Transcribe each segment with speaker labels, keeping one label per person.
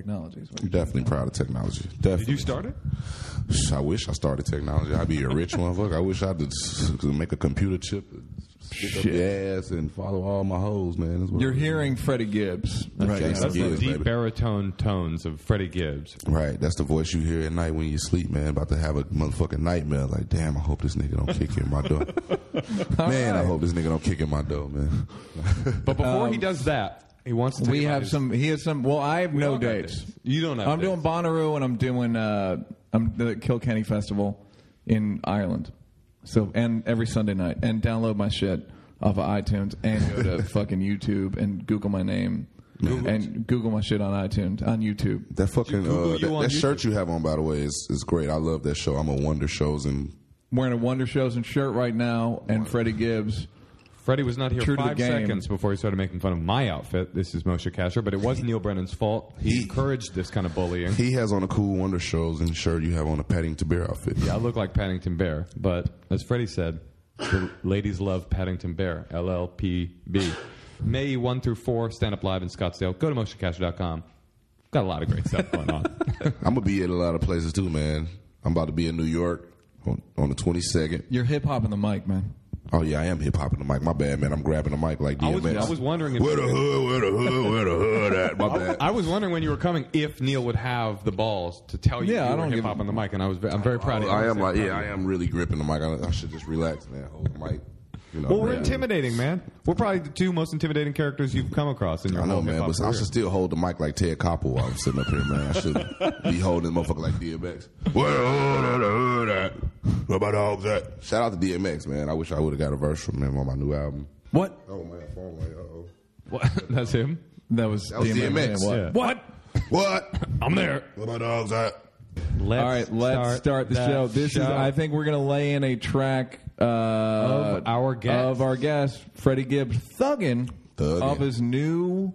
Speaker 1: technology. is what
Speaker 2: I'm
Speaker 1: you're
Speaker 2: definitely proud of technology.
Speaker 3: Did
Speaker 2: Definitely.
Speaker 3: you start it?
Speaker 2: I wish I started technology. I'd be a rich motherfucker. I wish I could s- could make a computer chip, stick up your ass, and follow all my hoes, man. That's what
Speaker 1: You're
Speaker 2: I-
Speaker 1: hearing Freddie Gibbs. Right.
Speaker 2: Jason
Speaker 1: now.
Speaker 3: That's the
Speaker 2: Gibbs,
Speaker 3: deep
Speaker 2: baby.
Speaker 3: baritone tones of Freddie Gibbs.
Speaker 2: Right, that's the voice you hear at night when you sleep, man. About to have a motherfucking nightmare. Like, damn, I hope this nigga don't kick in my door. man, I hope this nigga don't kick in my door, man.
Speaker 3: But before he does that, he wants to. tell
Speaker 1: Um, We
Speaker 3: you about
Speaker 1: have
Speaker 3: his-
Speaker 1: some. He has some. Well, I have no
Speaker 3: all got
Speaker 1: dates.
Speaker 3: dates. You don't have
Speaker 1: I'm doing
Speaker 3: dates.
Speaker 1: Bonnaroo and I'm doing uh, I'm the Kilkenny Festival in Ireland. So and every Sunday night and download my shit off of iTunes and go to fucking YouTube and Google my name and Google my shit on iTunes on YouTube.
Speaker 2: That fucking
Speaker 3: Google
Speaker 2: uh,
Speaker 3: you
Speaker 2: that,
Speaker 3: on
Speaker 2: that
Speaker 3: YouTube?
Speaker 2: shirt you have on, by the way, is is great. I love that show. I'm a wonder shows and
Speaker 1: Wearing a Wonder Shows and shirt right now and Freddie Gibbs.
Speaker 3: Freddie was not here
Speaker 1: True to the
Speaker 3: five
Speaker 1: game.
Speaker 3: seconds before he started making fun of my outfit. This is Moshe Kasher, but it was Neil Brennan's fault. He
Speaker 2: He-
Speaker 3: encouraged this kind of bullying.
Speaker 2: he has on a cool wonder shows and shirt. You have on a Paddington Bear outfit.
Speaker 3: I look like Paddington Bear, but as Freddie said, the ladies love Paddington Bear, LLPB. May 1 through 4, stand up live in Scottsdale. Go to motioncasher.com. Got a lot of great stuff going on.
Speaker 2: I'm gonna be at a lot of places too, man. I'm about to be in New York on, on the 22nd.
Speaker 1: You're hip hop in the mic, man.
Speaker 2: Oh yeah, I am hip hopping the mic. My bad, man. I'm grabbing the mic like DMX.
Speaker 3: I was- I was wondering if-
Speaker 2: where the hood, where the hood, where the hood at. My bad.
Speaker 3: I was wondering when you were coming if Neil would have the balls to tell you
Speaker 1: Yeah, I
Speaker 3: you
Speaker 1: don't
Speaker 3: were
Speaker 1: give
Speaker 3: hip
Speaker 1: a-
Speaker 3: hop on the mic, and I was ve- I'm very proud of you.
Speaker 2: I am
Speaker 3: was
Speaker 2: like,
Speaker 3: very
Speaker 2: yeah,
Speaker 3: proud
Speaker 2: I
Speaker 3: of you.
Speaker 2: am really gripping the mic. I, I should just relax, man. Hold the mic. You know,
Speaker 3: Well, we're
Speaker 2: man.
Speaker 3: intimidating, man. We're probably the two most intimidating characters you've come across in your
Speaker 2: I know,
Speaker 3: whole
Speaker 2: man,
Speaker 3: hip-hop
Speaker 2: but I
Speaker 3: career.
Speaker 2: should still hold the mic like Ted Koppel while I'm sitting up here, man. I should be holding the motherfucker like DMX. Where the hood, at, the hood at? Where my dogs at? Shout out to DMX, man. I wish I would have got a verse from him on my new album.
Speaker 1: What?
Speaker 2: Oh, man, phone like, uh-oh.
Speaker 3: What? That's him.
Speaker 1: That was,
Speaker 2: was DMX.
Speaker 1: man, What?
Speaker 3: Yeah.
Speaker 1: what?
Speaker 2: What?
Speaker 3: I'm there.
Speaker 2: Where my dogs at?
Speaker 3: Let's
Speaker 1: All right, let's start, the
Speaker 3: that
Speaker 1: show. This is.
Speaker 3: show.
Speaker 1: I think we're gonna lay in a track uh, of
Speaker 3: our guest.
Speaker 1: of our guest, Freddie Gibbs, thuggin,
Speaker 2: Thuggin'.
Speaker 1: of his new.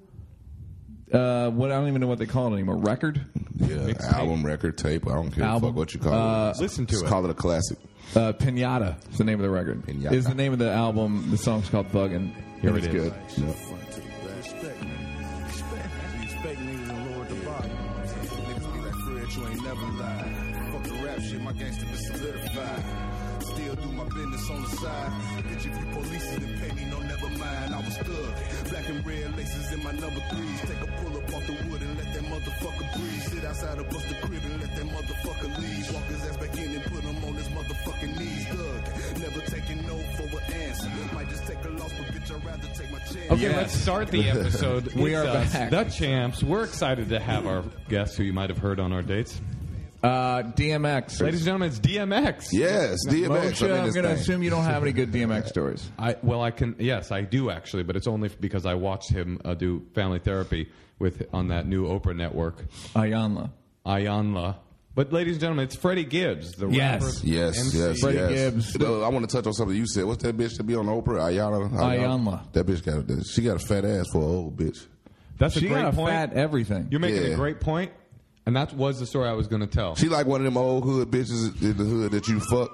Speaker 1: Uh, what I don't even know what they call it anymore. Record,
Speaker 2: Yeah, album, record, tape. I don't care
Speaker 1: Album.
Speaker 2: fuck what you call
Speaker 1: Uh,
Speaker 2: it.
Speaker 3: Listen to
Speaker 2: Just
Speaker 3: it.
Speaker 2: Call it a classic.
Speaker 1: uh, Pinata is the name of the record.
Speaker 2: Piñata.
Speaker 1: Is the name of the album. The song's called Thuggin.
Speaker 3: Here
Speaker 1: and it's
Speaker 3: it is.
Speaker 1: Good.
Speaker 4: front to the back. Respect. Respect. Respect niggas and lower the bar. Niggas be like Fred, you ain't never lied. Fuck the rap shit, my gangster been solidified. Still do my business on the side. Bitch, if you police it, then pay me, no, never mind. I was thug. Black and red laces in my number threes. Take a pull up off the wood and let that motherfucker breathe. Sit outside of bust the crib and let that motherfucker leave. Walk his ass back in and put him on his motherfucking knees. Thug. Never taking no for an answer. Might just take a loss, but bitch, I'd rather take my chance.
Speaker 3: Okay, let's start the episode.
Speaker 1: We
Speaker 3: It's
Speaker 1: are
Speaker 3: us,
Speaker 1: back.
Speaker 3: the champs. We're excited to have our guests who you might have heard on our dates.
Speaker 1: Uh, DMX.
Speaker 3: Ladies and gentlemen, it's DMX.
Speaker 2: Yes, DMX.
Speaker 1: Moshe,
Speaker 2: I'm in
Speaker 1: I'm
Speaker 2: this
Speaker 1: gonna
Speaker 2: thing.
Speaker 1: assume you don't have any good DMX stories.
Speaker 3: I well, I can. Yes, I do actually, but it's only because I watched him uh, do family therapy with on that new Oprah network,
Speaker 1: Ayanla.
Speaker 3: Ayanla. But ladies and gentlemen, it's Freddie Gibbs, the
Speaker 1: Yes.
Speaker 3: rapper.
Speaker 2: Yes,
Speaker 3: MC.
Speaker 2: yes,
Speaker 1: Freddie
Speaker 2: yes.
Speaker 1: Gibbs.
Speaker 2: No, I want to touch on something you said. What's that bitch that be on Oprah? Ayana.
Speaker 1: Ayanla.
Speaker 2: That bitch got a, she got a fat ass for an old bitch.
Speaker 3: That's
Speaker 1: She
Speaker 3: a great
Speaker 1: got a
Speaker 3: point.
Speaker 1: fat everything.
Speaker 3: You're making a
Speaker 2: Yeah.
Speaker 3: great point, and that was the story I was going to tell.
Speaker 2: She like one of them old hood bitches in the hood that you fuck.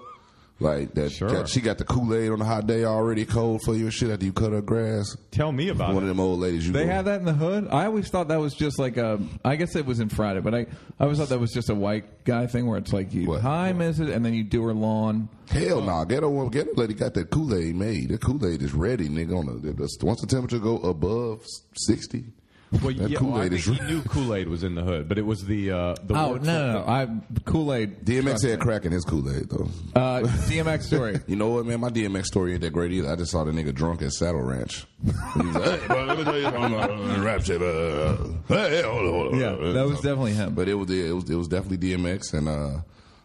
Speaker 2: Like that.
Speaker 3: Sure.
Speaker 2: got- she got the Kool Aid on a hot day already cold for you and shit after you cut her grass.
Speaker 3: tell me about
Speaker 2: One of
Speaker 3: it.
Speaker 2: them old ladies you.
Speaker 1: They
Speaker 2: go-
Speaker 1: had that in the hood. I always thought that was just like a. I guess it was in Friday, but I, I always thought that was just a white guy thing where it's like you
Speaker 2: What?
Speaker 1: hi Mrs. and then you do her lawn.
Speaker 2: Hell nah, ghetto woman, ghetto lady got that Kool Aid made. That Kool Aid is ready, nigga. On the, the, once the temperature go above sixty,
Speaker 3: Well,
Speaker 2: that
Speaker 3: yeah, well, I
Speaker 2: Kool Aid
Speaker 3: think
Speaker 2: is
Speaker 3: he
Speaker 2: ready.
Speaker 3: knew Kool Aid was in the hood, but it was the uh,
Speaker 1: Oh
Speaker 3: the
Speaker 1: no,
Speaker 3: work-
Speaker 1: no, no. I Kool Aid.
Speaker 2: DMX had crack in his Kool Aid though.
Speaker 1: Uh, DMX story.
Speaker 2: You know what, man? My DMX story ain't that great either. I just saw the nigga drunk at Saddle Ranch. He was like, hey, bro, let me tell you something about rap shit. uh, Hey, hold on, hold on.
Speaker 1: Yeah, that was definitely him.
Speaker 2: But it was it was it was definitely DMX, and uh,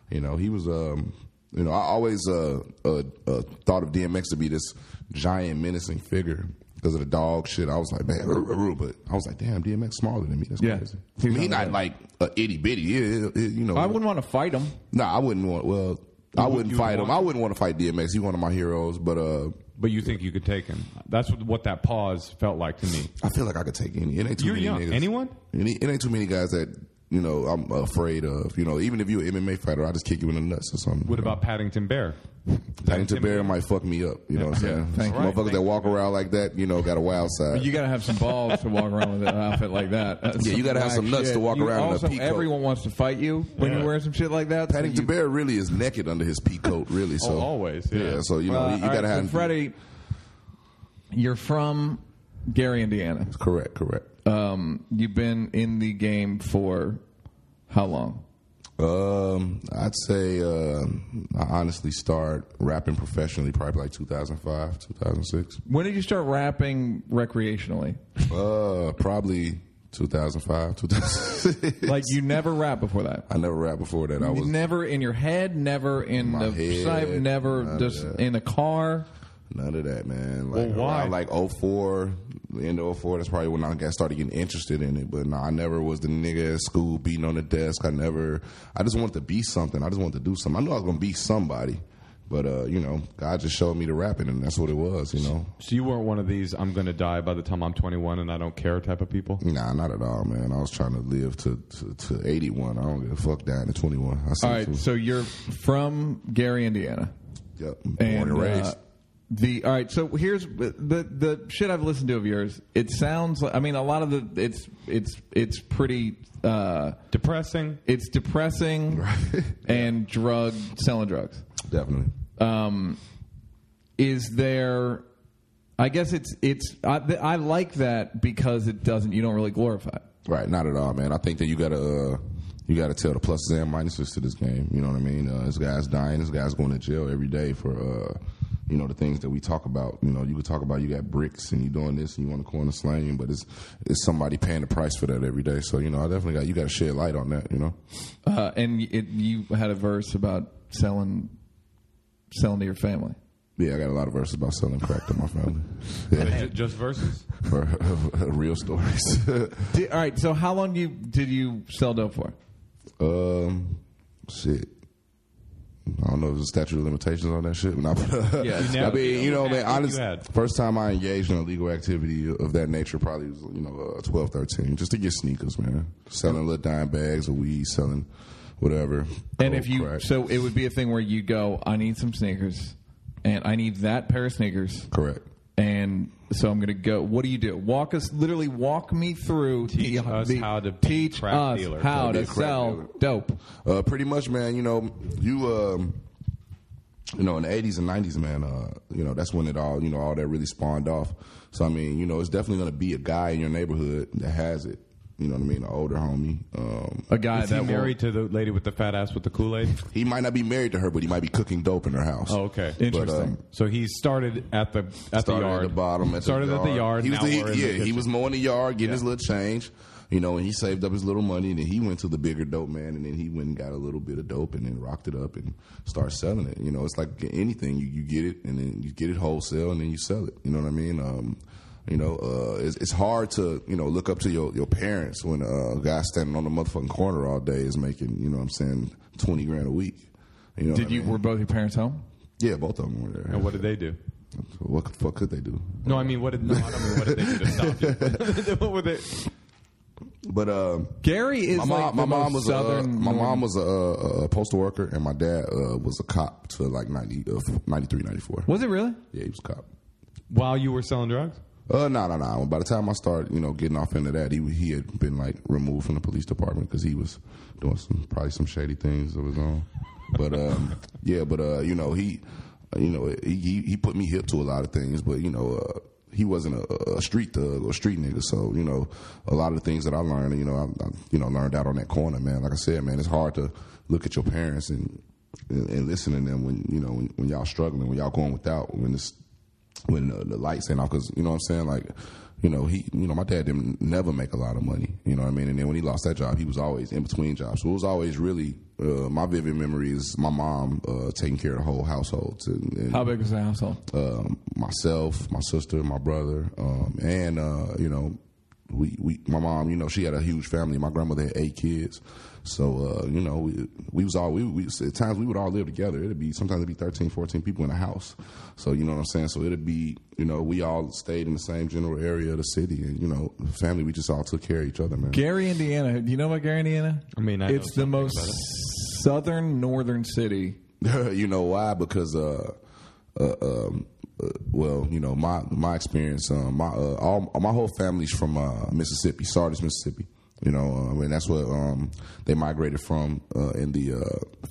Speaker 2: you know he was um, you know I always uh, uh, uh thought of DMX to be this giant menacing figure because of the dog shit. I was like, man, roo, roo, roo, but I was like, damn, DMX smaller than me. That's
Speaker 1: Yeah.
Speaker 2: crazy. I mean, he not like a itty bitty. Yeah, yeah, yeah, you know,
Speaker 1: I wouldn't want to fight him.
Speaker 2: no, I wouldn't want. Well, I wouldn't
Speaker 3: you
Speaker 2: fight him.
Speaker 3: want-
Speaker 2: I wouldn't want to fight DMX. He's one of my heroes, but uh,
Speaker 3: But you think you could take him? That's what, what that pause felt like to me.
Speaker 2: I feel like I could take any. It ain't too
Speaker 3: You're
Speaker 2: many
Speaker 3: young.
Speaker 2: niggas.
Speaker 3: Anyone?
Speaker 2: Any- It ain't too many guys that you know, I'm afraid of. You know, even if you're an MMA fighter, I just kick you in the nuts or something.
Speaker 3: What about Paddington Bear?
Speaker 2: Paddington Bear might fuck me up. You know what I'm saying?
Speaker 1: thank you.
Speaker 2: Motherfuckers that walk around like that, you know, got a wild side.
Speaker 1: You got to have some balls to walk around with an outfit like that. That's
Speaker 2: Yeah, you gotta have
Speaker 1: whack
Speaker 2: some nuts
Speaker 1: shit.
Speaker 2: to walk
Speaker 1: You
Speaker 2: around in a
Speaker 1: Also,
Speaker 2: peacoat.
Speaker 1: everyone wants to fight you when
Speaker 3: Yeah.
Speaker 1: you wear some shit like that. so
Speaker 2: Paddington
Speaker 1: you-
Speaker 2: Bear really is naked under his peacoat, really. So
Speaker 3: Oh, always, yeah.
Speaker 2: so you know,
Speaker 1: Uh,
Speaker 2: you, you
Speaker 1: all right,
Speaker 2: gotta
Speaker 1: so
Speaker 2: have
Speaker 1: Freddie. You're from Gary, Indiana.
Speaker 2: Correct, correct.
Speaker 1: Um, you've been in the game for how long?
Speaker 2: Um, I'd say uh, I honestly start rapping professionally probably like 2005, 2006.
Speaker 1: When did you start rapping recreationally?
Speaker 2: Uh, probably 2005, 2006.
Speaker 1: Like you never rapped before that.
Speaker 2: I never rapped before that. I was
Speaker 1: never in your head, never in
Speaker 2: My
Speaker 1: the
Speaker 2: head,
Speaker 1: sight, never
Speaker 2: none of
Speaker 1: just
Speaker 2: that.
Speaker 1: in the car.
Speaker 2: None of that, man.
Speaker 3: Well,
Speaker 2: Like
Speaker 3: why?
Speaker 2: around, like 04, the end of 04, that's probably when I got started getting interested in it. But no, I never was the nigga at school beating on the desk. I never I just wanted to be something. I just wanted to do something. I knew I was gonna be somebody. But uh, you know, God just showed me the rapping and that's what it was, you know.
Speaker 3: So you weren't one of these I'm going to die by the time I'm 21 and I don't care type of people.
Speaker 2: Nah, not at all, man. I was trying to live to to, to eighty one. I don't give a fuck down to twenty one. I see
Speaker 1: All right,
Speaker 2: you.
Speaker 1: so you're from Gary, Indiana,
Speaker 2: Yep.
Speaker 1: and
Speaker 2: born and raised.
Speaker 1: uh, the all right. So here's the the shit I've listened to of yours. It sounds like I mean a lot of the it's it's it's pretty. Uh,
Speaker 3: Depressing.
Speaker 1: it's depressing and drug selling drugs.
Speaker 2: Definitely.
Speaker 1: um, is there i guess it's it's I, th- I like that because it doesn't you don't really glorify it.
Speaker 2: Right, not at all, man. I think that you gotta uh, you gotta tell the pluses and minuses to this game. You know what I mean? Uh, this guy's dying. This guy's going to jail every day for uh, you know the things that we talk about. You know, you could talk about you got bricks and you doing this and you want to corner slang, but it's it's somebody paying the price for that every day. So you know, I definitely got you got to shed light on that. You know,
Speaker 1: uh, and it, you had a verse about selling selling to your family
Speaker 2: yeah, I got a lot of verses about selling crack to my family. Yeah,
Speaker 3: Ju- Just verses.
Speaker 2: for real stories.
Speaker 1: Di- all right so how long you did you sell dope for
Speaker 2: um, shit. I don't know if there's a statute of limitations on that shit. Nah, but,
Speaker 1: Yeah. You
Speaker 2: I
Speaker 3: never-
Speaker 2: mean, you know,
Speaker 3: you
Speaker 2: man,
Speaker 3: had-
Speaker 2: honest,
Speaker 3: you had.
Speaker 2: first time I engaged in illegal activity of that nature probably was, you know, uh, 12, 13, just to get sneakers, man. Selling little dime bags of weed, selling whatever.
Speaker 1: and
Speaker 2: coke,
Speaker 3: Oh,
Speaker 1: if you
Speaker 2: crack.
Speaker 1: so it would be a thing where you go i need some sneakers and i need that pair of sneakers
Speaker 2: Correct.
Speaker 1: and so I'm going to go. What do you do? Walk us, literally walk me through.
Speaker 3: Teach
Speaker 1: the,
Speaker 3: us
Speaker 1: the-
Speaker 3: how to be
Speaker 1: teach
Speaker 3: a crack
Speaker 1: us
Speaker 3: dealer.
Speaker 1: how
Speaker 2: How to
Speaker 1: to
Speaker 2: be a crack
Speaker 1: sell
Speaker 2: dealer.
Speaker 1: dope.
Speaker 2: Uh, pretty much, man. You know, you um, you know, in the '80s and '90s, man. Uh, you know, that's when it all, you know, all that really spawned off. So I mean, you know, it's definitely gonna be a guy in your neighborhood that has it. You know what I mean? An older homie. Um,
Speaker 1: A guy
Speaker 3: Is
Speaker 1: that
Speaker 3: he
Speaker 1: will-
Speaker 3: married to the lady with the fat ass with the Kool Aid?
Speaker 2: he might not be married to her, but he might be cooking dope in her house.
Speaker 3: Oh, okay.
Speaker 1: Interesting.
Speaker 2: um,
Speaker 3: so he started at the at the
Speaker 2: started
Speaker 3: yard.
Speaker 2: at the bottom. At
Speaker 3: started
Speaker 2: the
Speaker 3: at the yard.
Speaker 2: He was
Speaker 3: now
Speaker 2: the-
Speaker 3: we're in
Speaker 2: yeah,
Speaker 3: the
Speaker 2: he
Speaker 3: kitchen.
Speaker 2: was mowing the yard, getting his little change. You know, and he saved up his little money, and then he went to the bigger dope man, and then he went and got a little bit of dope, and then rocked it up and started selling it. You know, it's like anything you, you get it, and then you get it wholesale, and then you sell it. You know what I mean? Um, you know, uh, it's, it's hard to you know look up to your, your parents when uh, a guy standing on the motherfucking corner all day is making you know what I'm saying twenty grand a week. You know,
Speaker 1: Did
Speaker 2: what I
Speaker 1: you
Speaker 2: mean?
Speaker 1: were both your parents home?
Speaker 2: Yeah, both of them were there.
Speaker 3: And what did they do?
Speaker 2: what the fuck could they do?
Speaker 3: No, I mean, what did no, I don't mean what did they do to stop you? what were they?
Speaker 2: But um,
Speaker 1: Gary is
Speaker 2: my mom,
Speaker 1: like the
Speaker 2: my mom
Speaker 1: most
Speaker 2: was
Speaker 1: southern.
Speaker 2: a, uh, my
Speaker 1: Northern-
Speaker 2: mom was a, uh, a postal worker and my dad uh, was a cop to like 90, uh, 93, 94.
Speaker 1: Was it really?
Speaker 2: Yeah, he was a cop.
Speaker 3: While you were selling drugs?
Speaker 2: Uh, no, no, no. By the time I started, you know, getting off into that, he he had been like removed from the police department because he was doing some probably some shady things of his own. But um, yeah, but uh, you know, he, you know, he- he he put me hip to a lot of things, but you know. Uh, he wasn't a, a street thug or street nigga, so you know a lot of the things that I learned. You know, I, I you know learned out on that corner, man. Like I said, man, it's hard to look at your parents and and, and listen to them when you know when, when y'all struggling, when y'all going without, when it's when the, the lights ain't off because you know what I'm saying like you know he you know my dad didn't never make a lot of money you know what I mean and then when he lost that job he was always in between jobs so it was always really uh, my vivid memory is my mom uh, taking care of the whole household and, and
Speaker 1: How big was the household?
Speaker 2: um, myself my sister my brother um, and uh, you know we, we my mom, you know, she had a huge family. My grandmother had eight kids, so uh, you know, we, we was all we, we at times we would all live together. It'd be sometimes it'd be 13, 14 people in a house. So you know what I'm saying. So it'd be you know we all stayed in the same general area of the city, and you know, family. We just all took care of each other, man.
Speaker 1: Gary, Indiana. Do you know about Gary, Indiana?
Speaker 3: I mean, I know
Speaker 1: it's the
Speaker 3: something
Speaker 1: most
Speaker 3: about it.
Speaker 1: southern northern city.
Speaker 2: you know why? Because uh, uh, um, uh, well, you know my my experience, um, my uh, all my whole family's from uh, Mississippi, Sardis, Mississippi. You know, I mean that's what um, they migrated from uh, in the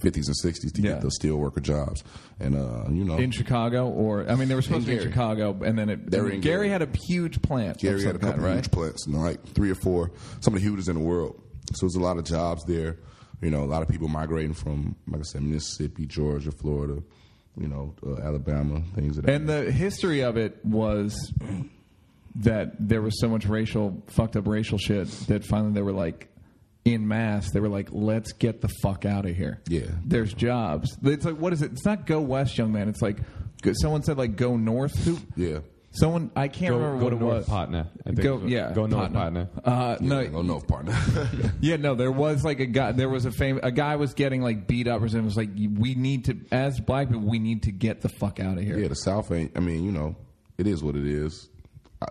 Speaker 2: fifties and sixties to
Speaker 1: Yeah.
Speaker 2: get those steelworker jobs, and uh, you know.
Speaker 1: In Chicago, or I mean, they were supposed to be in
Speaker 2: Gary.
Speaker 1: Chicago, and then it,
Speaker 2: They were in
Speaker 1: Gary
Speaker 2: Gary.
Speaker 1: had a huge plant. of
Speaker 2: Gary had
Speaker 1: some
Speaker 2: a couple
Speaker 1: kind, right?
Speaker 2: huge plants, you know, like three or four, some of the hugest in the world. So there's a lot of jobs there. You know, a lot of people migrating from, like I said, Mississippi, Georgia, Florida, you know, uh, Alabama, things of that.
Speaker 1: And the history of it was that there was so much racial, fucked up racial shit that finally they were like, in mass, they were like, let's get the fuck out of here.
Speaker 2: Yeah.
Speaker 1: There's jobs. It's like, what is it? It's not go west, young man. It's like, go- someone said, like, go north. Who?
Speaker 2: yeah.
Speaker 1: Someone, I can't
Speaker 3: Go,
Speaker 1: remember
Speaker 3: go
Speaker 1: what it
Speaker 3: north
Speaker 1: was.
Speaker 3: Patna. I think
Speaker 1: Go,
Speaker 3: is what-
Speaker 1: yeah.
Speaker 3: Go north Patna.
Speaker 1: Uh,
Speaker 2: Yeah,
Speaker 1: no,
Speaker 2: go north, partner.
Speaker 1: yeah, no, there was like a guy. There was a fam- a guy was getting like beat up or something. It was like we need to, as black people, we need to get the fuck out of here.
Speaker 2: yeah, the South ain't. I mean, you know, it is what it is. I,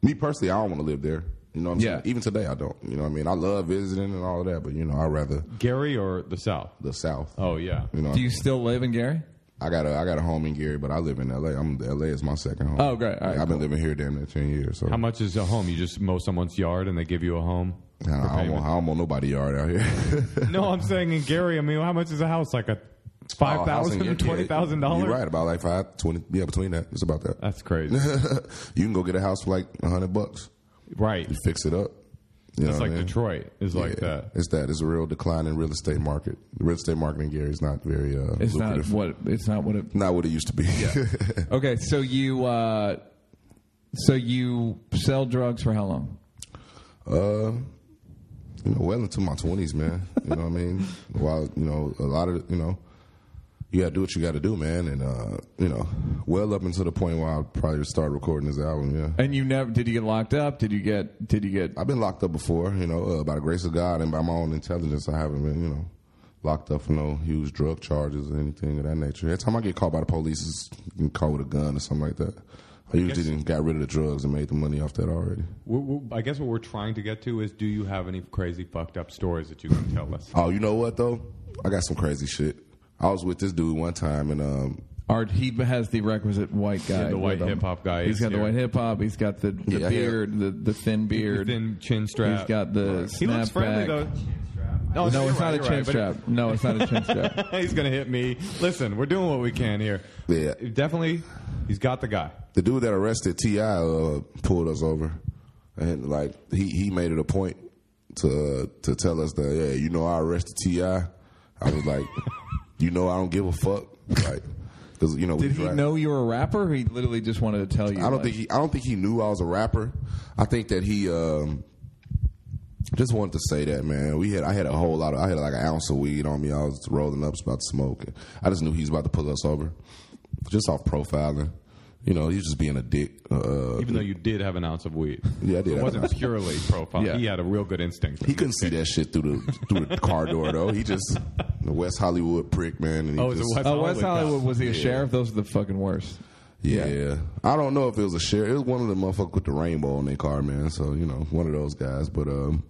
Speaker 2: me personally, I don't want to live there. You know what I'm
Speaker 1: Yeah.
Speaker 2: saying? Even today, I don't. You know what I mean? I love visiting and all of that, but you know, I'd rather
Speaker 3: Gary or the South?
Speaker 2: the South.
Speaker 3: Oh yeah.
Speaker 2: You know,
Speaker 1: Do you still live in Gary?
Speaker 2: I got a I got a home in Gary, but I live in L.A. I'm L.A. is my second home.
Speaker 1: Oh, great. All right,
Speaker 2: I've been living here damn near ten years. So
Speaker 3: How much is a home? You just mow someone's yard and they give you a home.
Speaker 2: I, don't-
Speaker 3: for
Speaker 2: I don't
Speaker 3: payment?
Speaker 2: want, I don't want nobody yard out here.
Speaker 3: no, I'm saying in Gary. I mean, how much is a house? Like a
Speaker 2: Oh, house
Speaker 3: five
Speaker 2: in
Speaker 3: thousand,
Speaker 2: Gary-
Speaker 3: twenty thousand
Speaker 2: You're
Speaker 3: dollars. Uh.
Speaker 2: right about like five twenty. Yeah, between that, it's about that.
Speaker 3: That's crazy.
Speaker 2: you can go get a house for like a hundred bucks.
Speaker 3: right.
Speaker 2: You fix it up. You know
Speaker 3: It's
Speaker 2: what I
Speaker 3: like
Speaker 2: mean?
Speaker 3: Detroit is like
Speaker 2: Yeah,
Speaker 3: that.
Speaker 2: It's that. It's a real decline in real estate market. The real estate market in Gary is not very uh,
Speaker 1: It's not
Speaker 2: lucrative. Not,
Speaker 1: what it's not what it.
Speaker 2: what it used to be.
Speaker 1: Okay, so you uh, so you sell drugs for how long?
Speaker 2: uh, you know, well into my twenties, man. You know what I mean? While you know, a lot of you know, you got to do what you got to do, man. And uh, you know, well up until the point where I probably start recording this album. Yeah.
Speaker 1: And you never did you get locked up? Did you get did you get?
Speaker 2: I've been locked up before, you know, uh, by the grace of God and by my own intelligence. I haven't been, you know, locked up for no huge drug charges or anything of that nature. Every time I get caught by the police, it's getting caught with a gun or something like that. I usually didn't got rid of the drugs and made the money off that already.
Speaker 3: We're, we're, I guess what we're trying to get to is, do you have any crazy fucked up stories that you can tell us?
Speaker 2: Oh, you know what though? I got some crazy shit. I was with this dude one time and um,
Speaker 1: Art he has the requisite white guy.
Speaker 3: the white
Speaker 1: rhythm.
Speaker 3: hip-hop guy
Speaker 1: He's
Speaker 3: is
Speaker 1: got the
Speaker 3: here.
Speaker 1: white hip hop. He's got the, the
Speaker 2: Yeah, I hear-
Speaker 1: beard, the, the thin beard.
Speaker 3: Thin chin strap.
Speaker 1: He's got the
Speaker 3: He looks friendly
Speaker 1: snapback.
Speaker 3: though. No,
Speaker 1: No,
Speaker 3: you're
Speaker 1: it's
Speaker 3: right,
Speaker 1: not a
Speaker 3: you're
Speaker 1: chin
Speaker 3: right, but-
Speaker 1: strap. No, it's not a chin strap.
Speaker 3: he's gonna hit me. Listen, we're doing what we can here.
Speaker 2: Yeah.
Speaker 3: definitely. He's got the guy.
Speaker 2: the dude that arrested Ti uh, pulled us over, and like he he made it a point to uh, to tell us that yeah, you know I arrested Ti. I was like, you know I don't give a fuck, like because you know we
Speaker 1: Did he
Speaker 2: drive-
Speaker 1: know you were a rapper? Or he literally just wanted to tell you.
Speaker 2: I don't
Speaker 1: like-
Speaker 2: think he I don't think he knew I was a rapper. I think that he um, just wanted to say that man. We had I had a whole lot of I had like an ounce of weed on me. I was rolling up, was about to smoke. And I just knew he was about to pull us over, just off profiling. You know, he's just being a dick. Uh,
Speaker 3: Even though you did have an ounce of weed,
Speaker 2: Yeah, I did.
Speaker 3: It wasn't purely profile.
Speaker 1: Yeah.
Speaker 3: He had a real good instinct.
Speaker 2: He couldn't see that shit through the through the car door though. He just the West Hollywood prick man. And he
Speaker 3: Oh, it's a
Speaker 2: just,
Speaker 3: West-
Speaker 1: Oh, West
Speaker 3: Hollywood
Speaker 1: Hollywood
Speaker 3: cops.
Speaker 1: was he a sheriff? Those are the fucking worst.
Speaker 2: yeah. I don't know if it was a sheriff. It was one of the motherfuckers with the rainbow on their car, man. So you know, one of those guys. But um,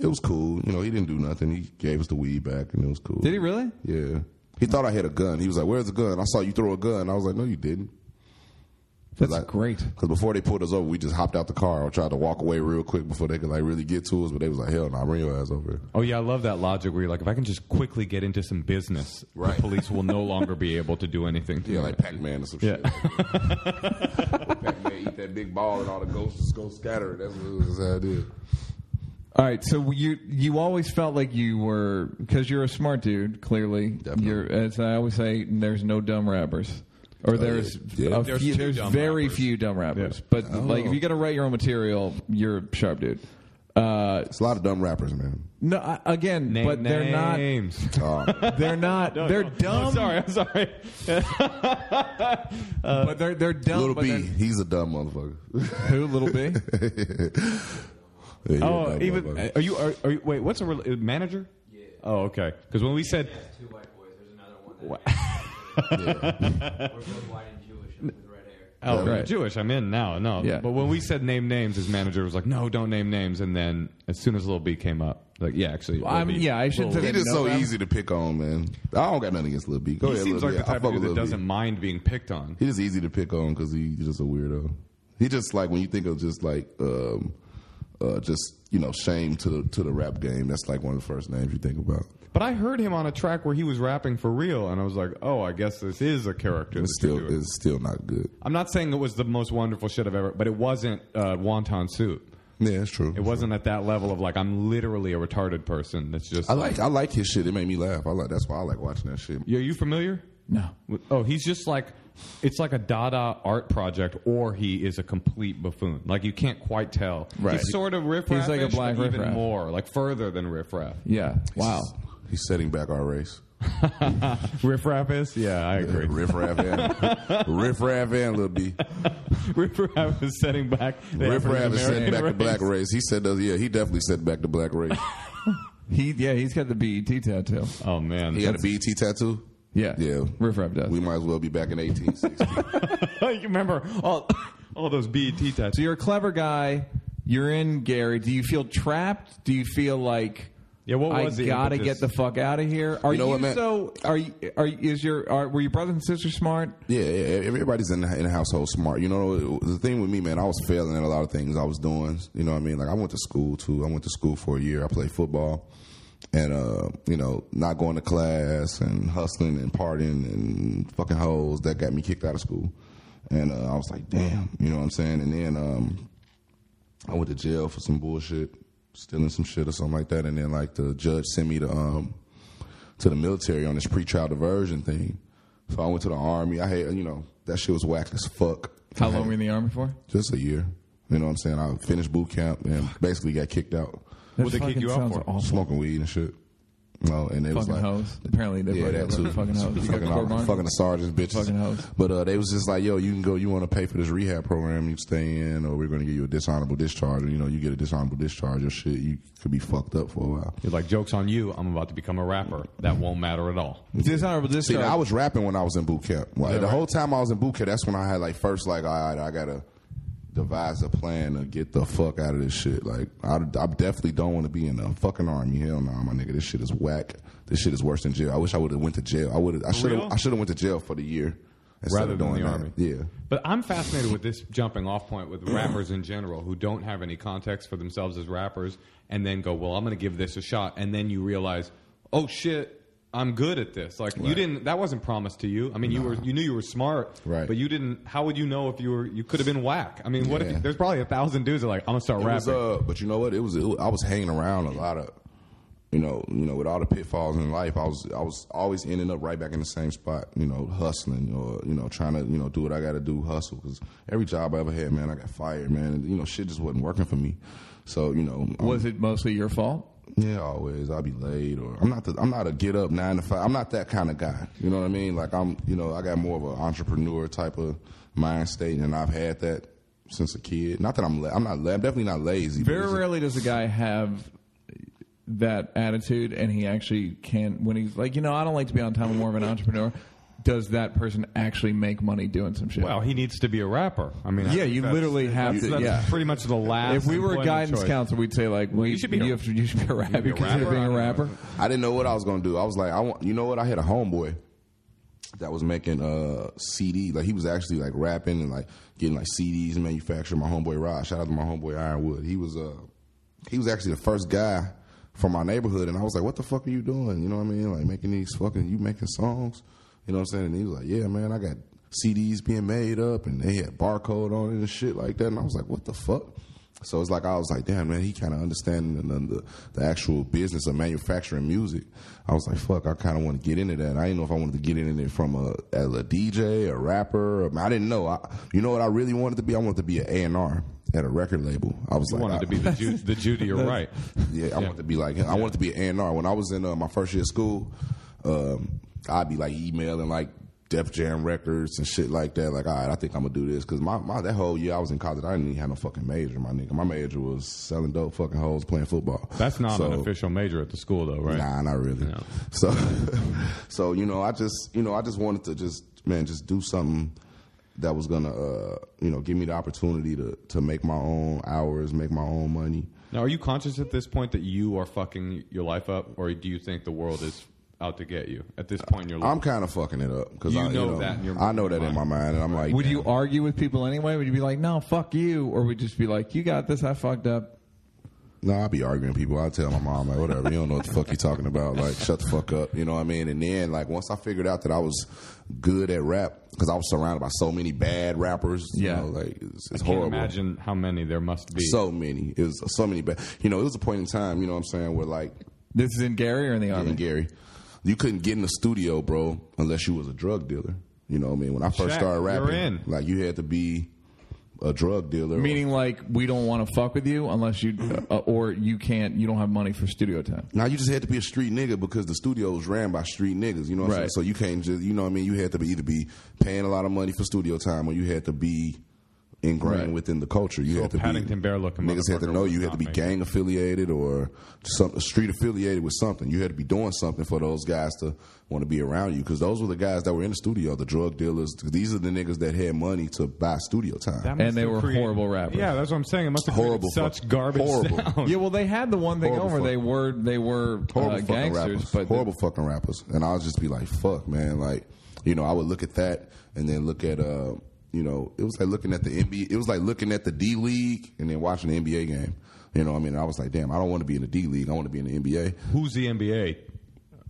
Speaker 2: it was cool. You know, he didn't do nothing. He gave us the weed back, and it was cool.
Speaker 1: Did he really?
Speaker 2: Yeah. He thought I had a gun. He was like, "Where's the gun?" I saw you throw a gun. I was like, "No, you didn't."
Speaker 1: That's
Speaker 2: Like-
Speaker 1: great.
Speaker 2: Because before they pulled us over, we just hopped out the car. I tried to walk away real quick before they could like really get to us. But they was like, "Hell, no, bring your ass over." here."
Speaker 3: Oh yeah, I love that logic where you're like, if I can just quickly get into some business,
Speaker 2: Right.
Speaker 3: the police will no longer be able to do anything. To
Speaker 2: Yeah,
Speaker 3: me.
Speaker 2: like Pac Man or some
Speaker 3: Yeah.
Speaker 2: shit. Pac Man eat that big ball and all the ghosts just go scatter. That's what that's how I did.
Speaker 1: All right, so you you always felt like you were because you're a smart dude. Clearly,
Speaker 2: Definitely.
Speaker 1: you're as I always say, there's no dumb rappers, or there's
Speaker 2: yeah.
Speaker 1: a
Speaker 3: Oh, There's
Speaker 1: few-
Speaker 3: two
Speaker 1: there's
Speaker 3: dumb
Speaker 1: very
Speaker 3: rappers. Oh.
Speaker 1: few dumb rappers. But like, if you got to write your own material, you're a sharp dude. Uh,
Speaker 2: It's a lot of dumb rappers, man.
Speaker 1: no, I- again,
Speaker 3: Name
Speaker 1: but they're
Speaker 3: names.
Speaker 2: Oh,
Speaker 1: not. They're not. they're dumb.
Speaker 3: I'm sorry. Uh, I'm sorry.
Speaker 1: but they're they're dumb.
Speaker 2: Little
Speaker 1: but
Speaker 2: B,
Speaker 1: they're-
Speaker 2: he's a dumb motherfucker.
Speaker 1: who little B?
Speaker 2: Yeah, you're a
Speaker 3: Oh,
Speaker 2: bad
Speaker 3: even
Speaker 2: motherfucker.
Speaker 3: are you? Are, are you? Wait, what's a rel- manager? Yeah. Oh, okay. Because when we said
Speaker 5: two white boys. There's another one. That
Speaker 3: Wha-
Speaker 5: We're both white and Jewish and with red hair.
Speaker 3: Oh,
Speaker 1: Yeah.
Speaker 3: you're
Speaker 1: Right.
Speaker 3: Jewish. I'm in now. No.
Speaker 1: Yeah.
Speaker 3: But when we said name names, his manager was like, no, don't name names. And then as soon as Lil B came up, like, yeah, actually. Lil
Speaker 1: I mean,
Speaker 3: B.
Speaker 1: yeah, I should.
Speaker 2: He just so easy to pick on, man. I don't got nothing against Lil B. Go
Speaker 3: He
Speaker 2: ahead,
Speaker 3: seems
Speaker 2: Oh, Lil
Speaker 3: like
Speaker 2: B.
Speaker 3: the
Speaker 2: I
Speaker 3: type
Speaker 2: fuck
Speaker 3: of dude
Speaker 2: with
Speaker 3: that
Speaker 2: Lil B.
Speaker 3: doesn't mind being picked on.
Speaker 2: He just easy to pick on because he's just a weirdo. He just like when you think of just like um, uh, just you know shame to the to the rap game. That's like one of the first names you think about.
Speaker 3: But I heard him on a track where he was rapping for real, and I was like, oh, I guess this is a character.
Speaker 2: It's
Speaker 3: that you're
Speaker 2: still
Speaker 3: doing.
Speaker 2: it's still not good.
Speaker 3: I'm not saying it was the most wonderful shit I've ever, but it wasn't uh, wonton soup.
Speaker 2: Yeah, that's true.
Speaker 3: It wasn't at that level of like I'm literally a retarded person. That's just.
Speaker 2: I like I like his shit. It made me laugh. I like that's why I like watching that shit.
Speaker 3: Yeah, Are you familiar?
Speaker 1: No.
Speaker 3: With- Oh, he's just like it's like a Dada art project, or he is a complete buffoon. Like you can't quite tell.
Speaker 1: Right.
Speaker 3: He's sort of riff.
Speaker 1: He's like a black
Speaker 3: even
Speaker 1: riffraff.
Speaker 3: more, like further than riff raff.
Speaker 1: Yeah. Wow.
Speaker 2: He's setting back our race.
Speaker 3: Riff raff is. Yeah, I agree.
Speaker 2: Riff Raff and Riff Raff and Lil B.
Speaker 3: riff raff is setting back. the
Speaker 2: Riff Raff is setting
Speaker 3: African-American
Speaker 2: back the
Speaker 3: race.
Speaker 2: black race. He said, that- "Yeah, he definitely set back the black race."
Speaker 1: He yeah, he's got the BET tattoo.
Speaker 3: Oh man,
Speaker 2: He got a BET tattoo.
Speaker 1: Yeah.
Speaker 2: Yeah.
Speaker 1: Riff Raff does.
Speaker 2: We might as well be back in 1860.
Speaker 3: you remember all all those BET tattoos.
Speaker 1: So you're a clever guy. You're in Gary. Do you feel trapped? Do you feel like
Speaker 3: Yeah, what was
Speaker 1: I
Speaker 3: the
Speaker 1: gotta
Speaker 3: impetus?
Speaker 1: get the fuck out of here? Are you,
Speaker 2: know what, man?
Speaker 1: so? Are you? Are you- is your? Are, were your brothers and sisters smart?
Speaker 2: Yeah, yeah, everybody's in the, in the household smart. You know, the thing with me, man, I was failing at a lot of things I was doing. You know what I mean? Like, I went to school, too. I went to school for a year. I played football. And, uh, you know, not going to class and hustling and partying and fucking hoes, that got me kicked out of school. And uh, I was like, damn, you know what I'm saying? And then um, I went to jail for some bullshit, stealing some shit or something like that. And then, like, the judge sent me to um, to the military on this pretrial diversion thing. So I went to the army. I had, you know, that shit was whack as fuck.
Speaker 1: How long were you in the army for?
Speaker 2: Just a year. You know what I'm saying? I finished boot camp and basically got kicked out,
Speaker 1: That
Speaker 3: What'd they kick
Speaker 1: fucking
Speaker 3: you out
Speaker 1: sounds
Speaker 3: for?
Speaker 1: Awful.
Speaker 2: smoking weed and shit. No, and it was
Speaker 1: Fucking
Speaker 2: like,
Speaker 1: hoes. Apparently they
Speaker 2: yeah,
Speaker 1: played
Speaker 2: that
Speaker 1: that
Speaker 2: too.
Speaker 1: fucking hoes. You got
Speaker 2: fucking,
Speaker 1: the
Speaker 2: all-
Speaker 1: court martial?
Speaker 2: fucking the sergeants, bitches.
Speaker 1: Fucking hoes.
Speaker 2: But uh, they was just like, yo, you can go. You want to pay for this rehab program? You stay in, or we're going to give you a dishonorable discharge. And, you know, you get a dishonorable discharge. Your shit, you could be fucked up for a while.
Speaker 3: You're like jokes on you. I'm about to become a rapper. That won't matter at all.
Speaker 1: Dishonorable
Speaker 2: See,
Speaker 1: discharge.
Speaker 2: I was rapping when I was in boot camp. Like, the
Speaker 3: right?
Speaker 2: whole time I was in boot camp, that's when I had like first like, all right, I gotta devise a plan to get the fuck out of this shit. Like, I, I definitely don't want to be in the fucking army. Hell no, my nigga, this shit is whack. This shit is worse than jail. I wish I would have went to jail. I would. I should
Speaker 3: real?
Speaker 2: have. I should have went to jail for the year instead
Speaker 3: Rather
Speaker 2: of
Speaker 3: than
Speaker 2: doing
Speaker 3: the
Speaker 2: that.
Speaker 3: army.
Speaker 2: Yeah.
Speaker 3: But I'm fascinated with this jumping off point with rappers in general who don't have any context for themselves as rappers and then go, well, I'm going to give this a shot. And then you realize, oh shit, I'm good at this. Like you didn't, that wasn't promised to you. I mean, you were, you knew you were smart,
Speaker 2: Right.
Speaker 3: but you didn't, how would you know if you were, you could have been whack. I mean, what if
Speaker 2: Yeah.
Speaker 3: there's probably a thousand dudes that are like, I'm going to start
Speaker 2: It was,
Speaker 3: rapping.
Speaker 2: uh, but you know what? It was, it was- I was hanging around a lot of, you know, you know, with all the pitfalls in life. I was I was always ending up right back in the same spot. You know, hustling or you know trying to you know do what I got to do, hustle. Because every job I ever had, man, I got fired, man. And, you know, shit just wasn't working for me. So you know, I'm-
Speaker 1: was it mostly your fault?
Speaker 2: yeah, always I'll be late or I'm not the, I'm not a get up nine to five. I'm not that kind of guy. You know what I mean? Like I'm you know I got more of an entrepreneur type of mind state, and I've had that since a kid. Not that I'm la- I'm not la- I'm definitely not lazy. but
Speaker 1: Very
Speaker 2: it's just-
Speaker 1: rarely does a guy have that attitude, and he actually can when he's like, you know, I don't like to be on time. I'm more of an entrepreneur. Does that person actually make money doing some shit?
Speaker 3: well, he needs to be a rapper. I mean, I
Speaker 1: yeah,
Speaker 3: think
Speaker 1: you
Speaker 3: that's-
Speaker 1: literally have
Speaker 3: that's
Speaker 1: to. Yeah,
Speaker 3: pretty much the last.
Speaker 1: if we were a
Speaker 3: employment
Speaker 1: guidance
Speaker 3: choice.
Speaker 1: counselor, we'd say like, well,
Speaker 3: you
Speaker 1: you
Speaker 3: should be a-
Speaker 1: You, have to, you should be a rapper.
Speaker 3: be a
Speaker 1: You consider
Speaker 3: rapper?
Speaker 1: being a
Speaker 3: I
Speaker 1: rapper.
Speaker 2: I didn't know what I was gonna do. I was like, I want, you know what? I had a homeboy that was making uh CD. Like he was actually like rapping and like getting like CDs manufactured. My homeboy Rod, shout out to my homeboy Ironwood. He was uh he was actually the first guy from my neighborhood, and I was like, what the fuck are you doing? You know what I mean? Like making these fucking you making songs. You know what I'm saying? And he was like, yeah, man, I got CDs being made up, and they had barcode on it and shit like that. And I was like, what the fuck? So it's like I was like, damn man, he kind of understanding the, the the actual business of manufacturing music. I was like, fuck, I kind of want to get into that. I didn't know if I wanted to get in it from a as a DJ, a rapper. I didn't know. I, you know what I really wanted to be? I wanted to be an A and R at a record label. I was
Speaker 3: You
Speaker 2: like,
Speaker 3: wanted
Speaker 2: I-
Speaker 3: to be the, Ju- the Judy, you're right.
Speaker 2: yeah, I wanted to be like him. I wanted to be an A&R. When I was in uh, my first year of school, um, I'd be like emailing like Def Jam records and shit like that. Like, all right, I think I'm gonna do this because my, my that whole year I was in college, I didn't even have no fucking major, my nigga. My major was selling dope, fucking hoes, playing football.
Speaker 3: That's not
Speaker 2: So-
Speaker 3: an official major at the school, though, right?
Speaker 2: Nah, not really.
Speaker 3: No.
Speaker 2: So, so you know, I just you know, I just wanted to just man, just do something that was gonna uh, you know give me the opportunity to to make my own hours, make my own money.
Speaker 3: Now, are you conscious at this point that you are fucking your life up, or do you think the world is out to get you at this point in your life?
Speaker 2: I'm kind of fucking it up because
Speaker 3: You
Speaker 2: I
Speaker 3: know that in your
Speaker 2: I know that in my mind, and I'm like,
Speaker 1: Would you
Speaker 2: damn.
Speaker 1: argue with people anyway? Would you be like, no, fuck you? Or would you just be like, you got this, I fucked up?
Speaker 2: No, I'll be arguing with people. I'll tell my mom, like, whatever, you don't know what the fuck you're talking about. Like, shut the fuck up. You know what I mean? And then, like, once I figured out that I was good at rap, because I was surrounded by so many bad rappers,
Speaker 1: Yeah.
Speaker 2: you know, like, it's, it's
Speaker 3: I can't
Speaker 2: horrible.
Speaker 3: imagine how many there must be.
Speaker 2: So many. It was so many bad. You know, it was a point in time, you know what I'm saying, where, like,
Speaker 1: This is in Gary or in the
Speaker 2: I
Speaker 1: Army?
Speaker 2: mean, Gary, you couldn't get in the studio, bro, unless you was a drug dealer. You know what I mean? When I first
Speaker 3: Shaq,
Speaker 2: started
Speaker 3: you're
Speaker 2: rapping,
Speaker 3: in.
Speaker 2: like, you had to be a drug dealer. or-
Speaker 1: Meaning, like, we don't want to fuck with you unless you, uh, or you can't, you don't have money for studio time.
Speaker 2: Now you just had to be a street nigga because the studio was ran by street niggas. You know what I'm saying?
Speaker 1: Right.
Speaker 2: So you can't just you know what I mean. You had to be either be paying a lot of money for studio time or you had to be ingrained
Speaker 1: Right.
Speaker 2: within the culture. You
Speaker 3: So
Speaker 2: had
Speaker 3: a
Speaker 2: to
Speaker 3: Paddington
Speaker 2: be,
Speaker 3: Bear looking
Speaker 2: niggas had to
Speaker 3: motherfucker
Speaker 2: know
Speaker 3: would
Speaker 2: you had to
Speaker 3: not
Speaker 2: be
Speaker 3: make
Speaker 2: gang affiliated or some street affiliated with something. You had to be doing something for those guys to want to be around you because those were the guys that were in the studio, the drug dealers. These are the niggas that had money to buy studio time.
Speaker 3: That must
Speaker 1: And they
Speaker 3: have
Speaker 1: were
Speaker 3: created-
Speaker 1: horrible rappers.
Speaker 3: Yeah, that's what I'm saying. It must have created
Speaker 2: Horrible
Speaker 3: such
Speaker 2: fuck-
Speaker 3: garbage
Speaker 2: horrible.
Speaker 3: sound.
Speaker 1: Yeah, well, they had the one thing
Speaker 2: Horrible
Speaker 1: going where
Speaker 2: fuck.
Speaker 1: they were they were
Speaker 2: horrible
Speaker 1: uh,
Speaker 2: fucking
Speaker 1: gangsters,
Speaker 2: rappers,
Speaker 1: but
Speaker 2: horrible fucking rappers. And I would just be like, fuck, man. Like, you know, I would look at that and then look at, uh, you know, it was like looking at the NBA. It was like looking at the D League and then watching the NBA game. You know, what I mean, I was like, damn, I don't want to be in the D League. I want to be in the NBA.
Speaker 3: Who's the NBA?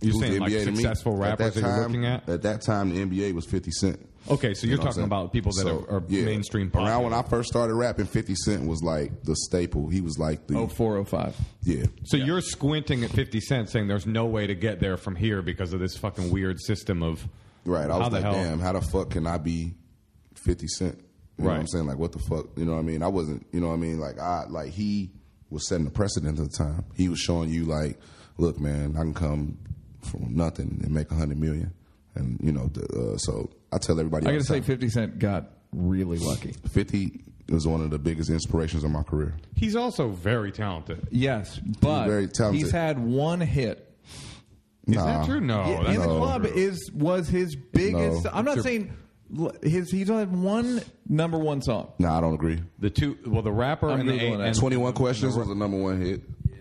Speaker 3: You're
Speaker 2: Who's
Speaker 3: saying
Speaker 2: the
Speaker 3: like
Speaker 2: NBA to me?
Speaker 3: successful
Speaker 2: At
Speaker 3: rappers that,
Speaker 2: time,
Speaker 3: you're looking at?
Speaker 2: At that time, the NBA was Fifty Cent.
Speaker 3: Okay, so you're
Speaker 2: You know what I'm
Speaker 3: talking
Speaker 2: saying?
Speaker 3: about people that
Speaker 2: So,
Speaker 3: are, are
Speaker 2: yeah.
Speaker 3: mainstream.
Speaker 2: Around
Speaker 3: Popular.
Speaker 2: when I first started rapping, Fifty Cent was like the staple. He was like the
Speaker 1: oh four oh five.
Speaker 2: yeah.
Speaker 3: So you're squinting at 50 Cent saying there's no way to get there from here because of this fucking weird system of.
Speaker 2: Right. I
Speaker 3: How
Speaker 2: was
Speaker 3: the
Speaker 2: like,
Speaker 3: hell-
Speaker 2: damn, how the fuck can I be 50 Cent? You know
Speaker 3: Right.
Speaker 2: what I'm saying? Like, what the fuck? You know what I mean? I wasn't, you know what I mean? Like, I, like, he was setting the precedent at the time. He was showing you, like, look, man, I can come from nothing and make a 100 million. And, you know, the, uh, so I tell everybody,
Speaker 1: I
Speaker 2: all
Speaker 1: gotta
Speaker 2: the
Speaker 1: say,
Speaker 2: time,
Speaker 1: Fifty Cent got really lucky.
Speaker 2: 50 was one of the biggest inspirations of my career.
Speaker 3: He's also very talented.
Speaker 1: Yes, but
Speaker 2: He's very talented.
Speaker 1: he's had one hit.
Speaker 3: Is
Speaker 2: Nah.
Speaker 3: that true? No.
Speaker 1: Yeah,
Speaker 3: that's
Speaker 1: in the
Speaker 3: not
Speaker 1: club
Speaker 3: true.
Speaker 1: is was his biggest.
Speaker 2: No.
Speaker 1: I'm not saying l- his. He's only had one number one song.
Speaker 2: Nah, I don't agree.
Speaker 3: The two, well, the rapper
Speaker 1: I'm
Speaker 3: and the
Speaker 1: Googling it.
Speaker 3: eight, and
Speaker 2: 21 Questions was the number one hit.
Speaker 5: Yeah,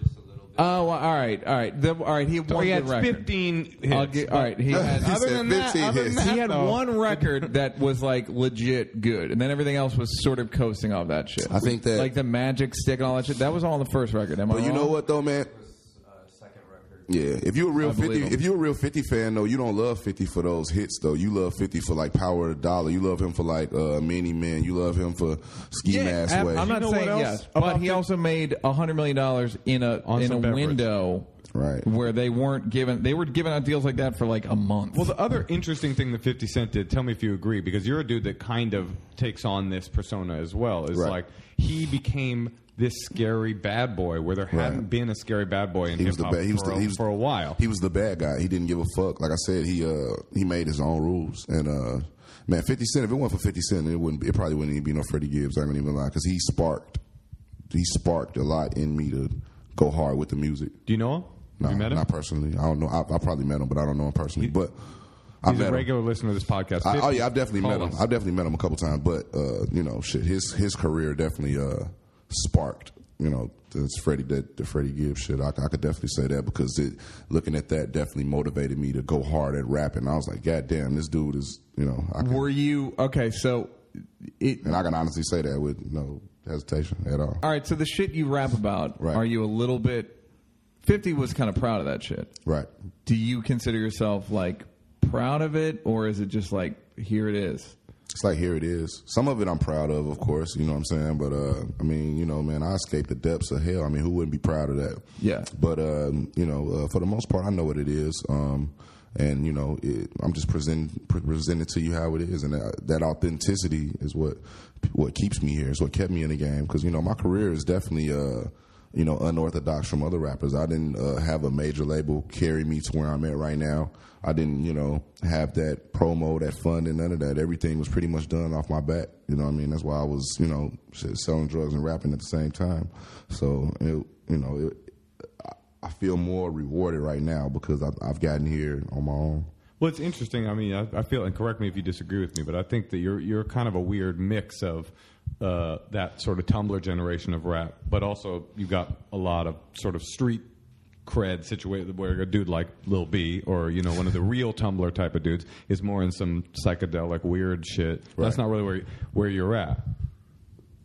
Speaker 5: just a little bit.
Speaker 1: Oh, well, all right, all right, the, all right. He,
Speaker 3: Well,
Speaker 1: he
Speaker 3: he
Speaker 1: had
Speaker 3: had
Speaker 1: record.
Speaker 3: 15 hits.
Speaker 1: I'll get- all right, he had.
Speaker 2: He
Speaker 3: Other
Speaker 2: said
Speaker 3: than that,
Speaker 2: 15
Speaker 3: other than
Speaker 2: hits.
Speaker 3: that,
Speaker 1: He had
Speaker 3: though,
Speaker 1: one record that was like legit good, and then everything else was sort of coasting off that shit.
Speaker 2: I think that-
Speaker 1: like the magic stick and all that shit, that was all on the first record. Am I
Speaker 2: But you know
Speaker 1: wrong?
Speaker 2: what, though, man?
Speaker 5: Uh, second record.
Speaker 2: Yeah, if you're a real
Speaker 1: I believe
Speaker 2: fifty,
Speaker 1: him.
Speaker 2: if you're a real fifty fan though, you don't love fifty for those hits though. You love fifty for like Power of the Dollar. You love him for like uh, Many Men. You love him for Ski Mask
Speaker 1: I'm-
Speaker 2: Way.
Speaker 1: I'm not
Speaker 3: You know
Speaker 1: saying
Speaker 3: what else
Speaker 1: yes,
Speaker 3: about
Speaker 1: but he
Speaker 3: the-
Speaker 1: also made hundred million dollars in a
Speaker 3: On
Speaker 1: in a
Speaker 3: some beverage.
Speaker 1: window,
Speaker 2: Right.
Speaker 1: Where they weren't given, they were giving out deals like that for like a month.
Speaker 3: Well, the other interesting thing that 50 Cent did, tell me if you agree, because you're a dude that kind of takes on this persona as well, is
Speaker 2: Right.
Speaker 3: like he became this scary bad boy where there hadn't been a scary bad boy in
Speaker 2: he
Speaker 3: hip
Speaker 2: was the
Speaker 3: hop
Speaker 2: bad. He was
Speaker 3: for,
Speaker 2: the,
Speaker 3: a-
Speaker 2: he was
Speaker 3: for a while.
Speaker 2: He was the bad guy. He didn't give a fuck. Like I said, he uh he made his own rules. And uh man, Fifty Cent. If it wasn't for Fifty Cent, it wouldn't. be- It probably wouldn't even be no Freddie Gibbs. I ain't gonna even lie because he sparked. He sparked a lot in me to go hard with the music.
Speaker 3: Do you know him?
Speaker 2: No,
Speaker 3: Have you met him?
Speaker 2: not personally. I don't know. I, I probably met him, but I don't know him personally. but I
Speaker 3: He's
Speaker 2: met
Speaker 3: a
Speaker 2: him.
Speaker 3: regular listener to this podcast.
Speaker 2: I,
Speaker 3: 50,
Speaker 2: oh yeah, I've definitely
Speaker 3: call
Speaker 2: met him.
Speaker 3: us.
Speaker 2: I've definitely met him a couple times, but uh, you know, shit, his his career definitely uh, sparked. You know, this Freddie that the Freddie Gibbs shit. I, I could definitely say that because it looking at that definitely motivated me to go hard at rapping. I was like, God damn, this dude is you know, I can,
Speaker 1: were you okay? So it.
Speaker 2: and I can honestly say that with no hesitation at all.
Speaker 1: All right, so the shit you rap about,
Speaker 2: Right.
Speaker 1: are you a little bit? Fifty was kind of proud of that shit.
Speaker 2: Right.
Speaker 1: Do you consider yourself like proud of it, or is it just like here it is?
Speaker 2: It's like here it is. Some of it I'm proud of, of course. You know what I'm saying, but uh, I mean, you know, man, I escaped the depths of hell. I mean, who wouldn't be proud of that?
Speaker 1: Yeah.
Speaker 2: But um, you know, uh, for the most part, I know what it is, um, and you know, it, I'm just present pre- presented to you how it is, and that, that authenticity is what what keeps me here. Is what kept me in the game because you know my career is definitely uh, you know, unorthodox from other rappers. I didn't uh, have a major label carry me to where I'm at right now. I didn't, you know, have that promo, that funding, none of that. Everything was pretty much done off my back. You know what I mean? That's why I was, you know, shit, selling drugs and rapping at the same time. So, it, you know, it, I feel more rewarded right now because I've, I've gotten here on my own.
Speaker 3: Well, it's interesting. I mean, I, I feel, and correct me if you disagree with me, but I think that you're you're kind of a weird mix of uh, that sort of Tumblr generation of rap, but also you got a lot of sort of street cred situation where a dude like Lil B or you know one of the real Tumblr type of dudes is more in some psychedelic weird shit.
Speaker 2: Right.
Speaker 3: That's not really where you- where you're at.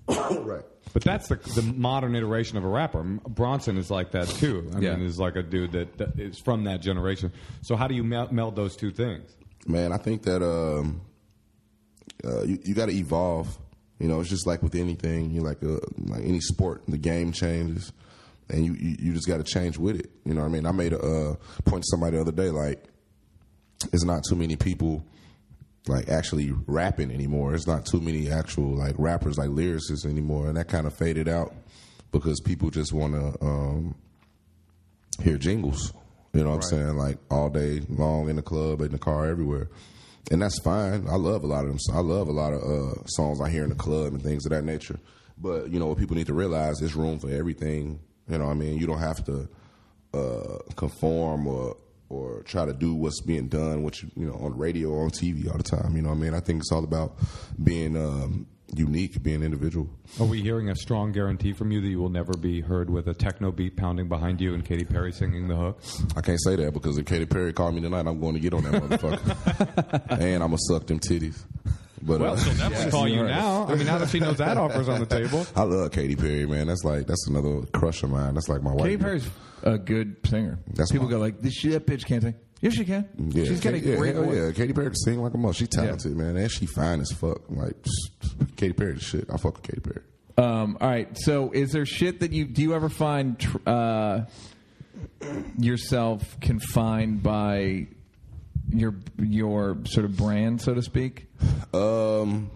Speaker 2: right.
Speaker 3: But that's the, the modern iteration of a rapper. M- Bronson is like that too. I
Speaker 1: Yeah.
Speaker 3: mean, is like a dude that, that is from that generation. So how do you mel- meld those two things?
Speaker 2: Man, I think that um, uh, you, you got to evolve. You know, it's just like with anything, you like uh, like any sport, the game changes, and you you, you just got to change with it. You know what I mean? I made a uh, point to somebody the other day, like it's not too many people like actually rapping anymore. It's not too many actual like rappers like lyricists anymore, and that kind of faded out because people just want to um, hear jingles. You know what I'm saying? Like all day long in the club, in the car, everywhere. And that's fine. I love a lot of them. I love a lot of uh, songs I hear in the club and things of that nature. But you know what people need to realize: there's room for everything. You know, what I mean, you don't have to uh, conform or or try to do what's being done, what you you know on radio or on TV all the time. You know, what I mean, I think it's all about being um, unique, being individual.
Speaker 3: Are we hearing a strong guarantee from you that you will never be heard with a techno beat pounding behind you and Katy Perry singing the hook?
Speaker 2: I can't say that because if Katy Perry called me tonight, I'm going to get on that motherfucker, and I'm gonna suck them titties. But uh,
Speaker 3: definitely call you now. I mean, now that she knows that offer's on the table.
Speaker 2: I love Katy Perry, man. That's like that's another crush of mine. That's like my wife.
Speaker 1: Katy Perry's a good singer.
Speaker 2: That's
Speaker 1: People
Speaker 2: my-
Speaker 1: go like, this shit, that bitch can't sing. Yes, she can.
Speaker 2: Yeah,
Speaker 1: She's got a
Speaker 2: Katy- yeah,
Speaker 1: great
Speaker 2: hell
Speaker 1: voice.
Speaker 2: yeah. Katy Perry can sing like a mother. She's talented, man, and she fine as fuck. Like psh, Katy Perry, shit. I fuck with Katy Perry.
Speaker 1: Um, all right. So, is there shit that you do you ever find tr- uh, yourself confined by your your sort of brand, so to speak?
Speaker 2: Um,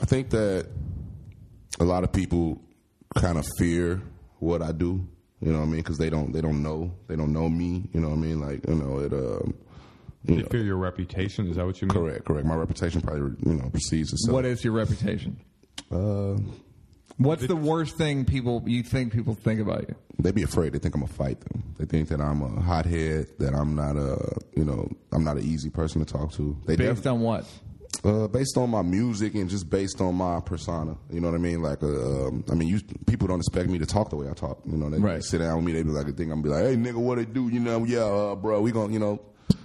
Speaker 2: I think that a lot of people kind of fear what I do. You know what I mean? Because they don't they don't know they don't know me. You know what I mean? Like you know it. Um, you
Speaker 3: You
Speaker 2: know,
Speaker 3: fear your reputation. Is that what you mean?
Speaker 2: correct, correct. My reputation probably you know precedes itself.
Speaker 1: What is your reputation?
Speaker 2: Uh,
Speaker 1: What's the worst thing people you think people think about you?
Speaker 2: they be afraid. They think I'm gonna fight them. They think that I'm a hothead. That I'm not a you know I'm not an easy person to talk to. They
Speaker 1: Based
Speaker 2: def-
Speaker 1: on what?
Speaker 2: Uh, based on my music and just based on my persona, you know what I mean. Like, uh, um, I mean, you people don't expect me to talk the way I talk. You know, they
Speaker 1: Right.
Speaker 2: sit down with me, they be like, I think I'm gonna be like, hey nigga, what it do? You know, yeah, uh, bro, we gonna, you know,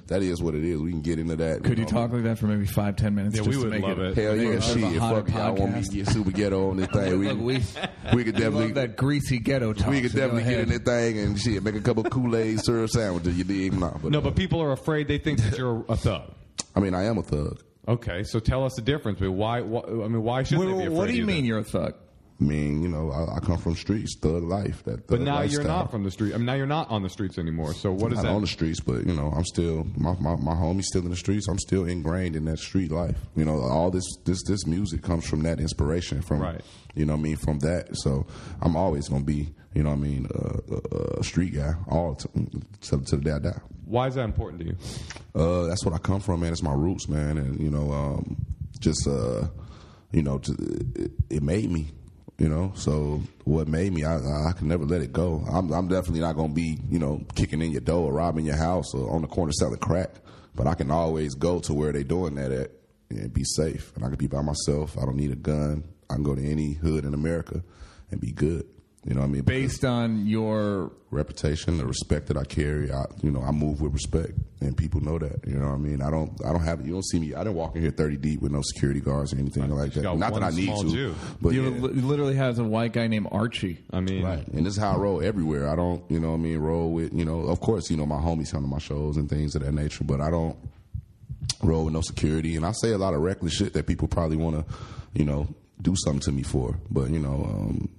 Speaker 2: that is what it is. We can get into that.
Speaker 1: Could you
Speaker 2: know?
Speaker 1: talk like that for maybe five, ten minutes?
Speaker 3: Um, Yeah,
Speaker 1: just
Speaker 3: we
Speaker 1: to
Speaker 3: would
Speaker 1: make
Speaker 3: love it.
Speaker 2: Hell
Speaker 1: Nigga,
Speaker 2: yeah,
Speaker 1: this is
Speaker 2: shit.
Speaker 1: a
Speaker 2: If
Speaker 1: hot
Speaker 2: fuck y'all want me to
Speaker 1: podcast.
Speaker 2: get super ghetto on this thing, we,
Speaker 1: Look, we,
Speaker 2: we could
Speaker 1: we love
Speaker 2: definitely
Speaker 1: that greasy ghetto talk.
Speaker 3: Oh,
Speaker 2: we could
Speaker 1: so go
Speaker 2: definitely get
Speaker 1: ahead.
Speaker 2: in that thing and shit, make a couple Kool Aid syrup sandwiches. You dig? Nah, but,
Speaker 3: No,
Speaker 2: uh,
Speaker 3: but people are afraid. They think that you're a thug.
Speaker 2: I mean, I am a thug.
Speaker 3: Okay, so tell us the difference. But why? why I mean, why should
Speaker 1: Wait,
Speaker 3: they be
Speaker 1: wait,
Speaker 3: afraid?
Speaker 1: what do
Speaker 3: of
Speaker 1: you
Speaker 3: then?
Speaker 1: mean you're a thug?
Speaker 2: I mean, you know, I, I come from streets, thug life. That thug
Speaker 3: But now you're
Speaker 2: lifestyle.
Speaker 3: not from the street. I mean, now you're not on the streets anymore. So what is
Speaker 2: not
Speaker 3: that?
Speaker 2: on the streets, but you know, I'm still my, my my homie's still in the streets. I'm still ingrained in that street life. You know, all this this this music comes from that inspiration from
Speaker 3: Right.
Speaker 2: you know what I mean from that. So I'm always gonna be you know what I mean a, a, a street guy all to, to, to the day I die.
Speaker 3: why is that important to you?
Speaker 2: Uh, that's what I come from, man. It's my roots, man, and you know, um, just uh, you know, t- it, it made me. You know, so what made me, I, I can never let it go. I'm, I'm definitely not gonna be, you know, kicking in your door or robbing your house or on the corner selling crack. But I can always go to where they doing that at and be safe. And I can be by myself. I don't need a gun. I can go to any hood in America and be good. You know what I mean?
Speaker 1: Based on your
Speaker 2: reputation, the respect that I carry. I, you know, I move with respect, and people know that. You know what I mean? I don't, I don't have. You don't see me. I didn't walk in here thirty deep with no security guards or anything like that.
Speaker 3: got
Speaker 2: Not that I
Speaker 3: one
Speaker 2: need
Speaker 3: small
Speaker 2: to,
Speaker 3: Jew.
Speaker 2: but
Speaker 1: you
Speaker 2: yeah.
Speaker 1: li- literally has a white guy named Archie.
Speaker 3: I mean,
Speaker 2: Right. And this is how I roll everywhere. I don't, you know what I mean, roll with, you know, of course, you know, my homies come to my shows and things of that nature, but I don't roll with no security. And I say a lot of reckless shit that people probably want to, you know, do something to me for. But, you know, um,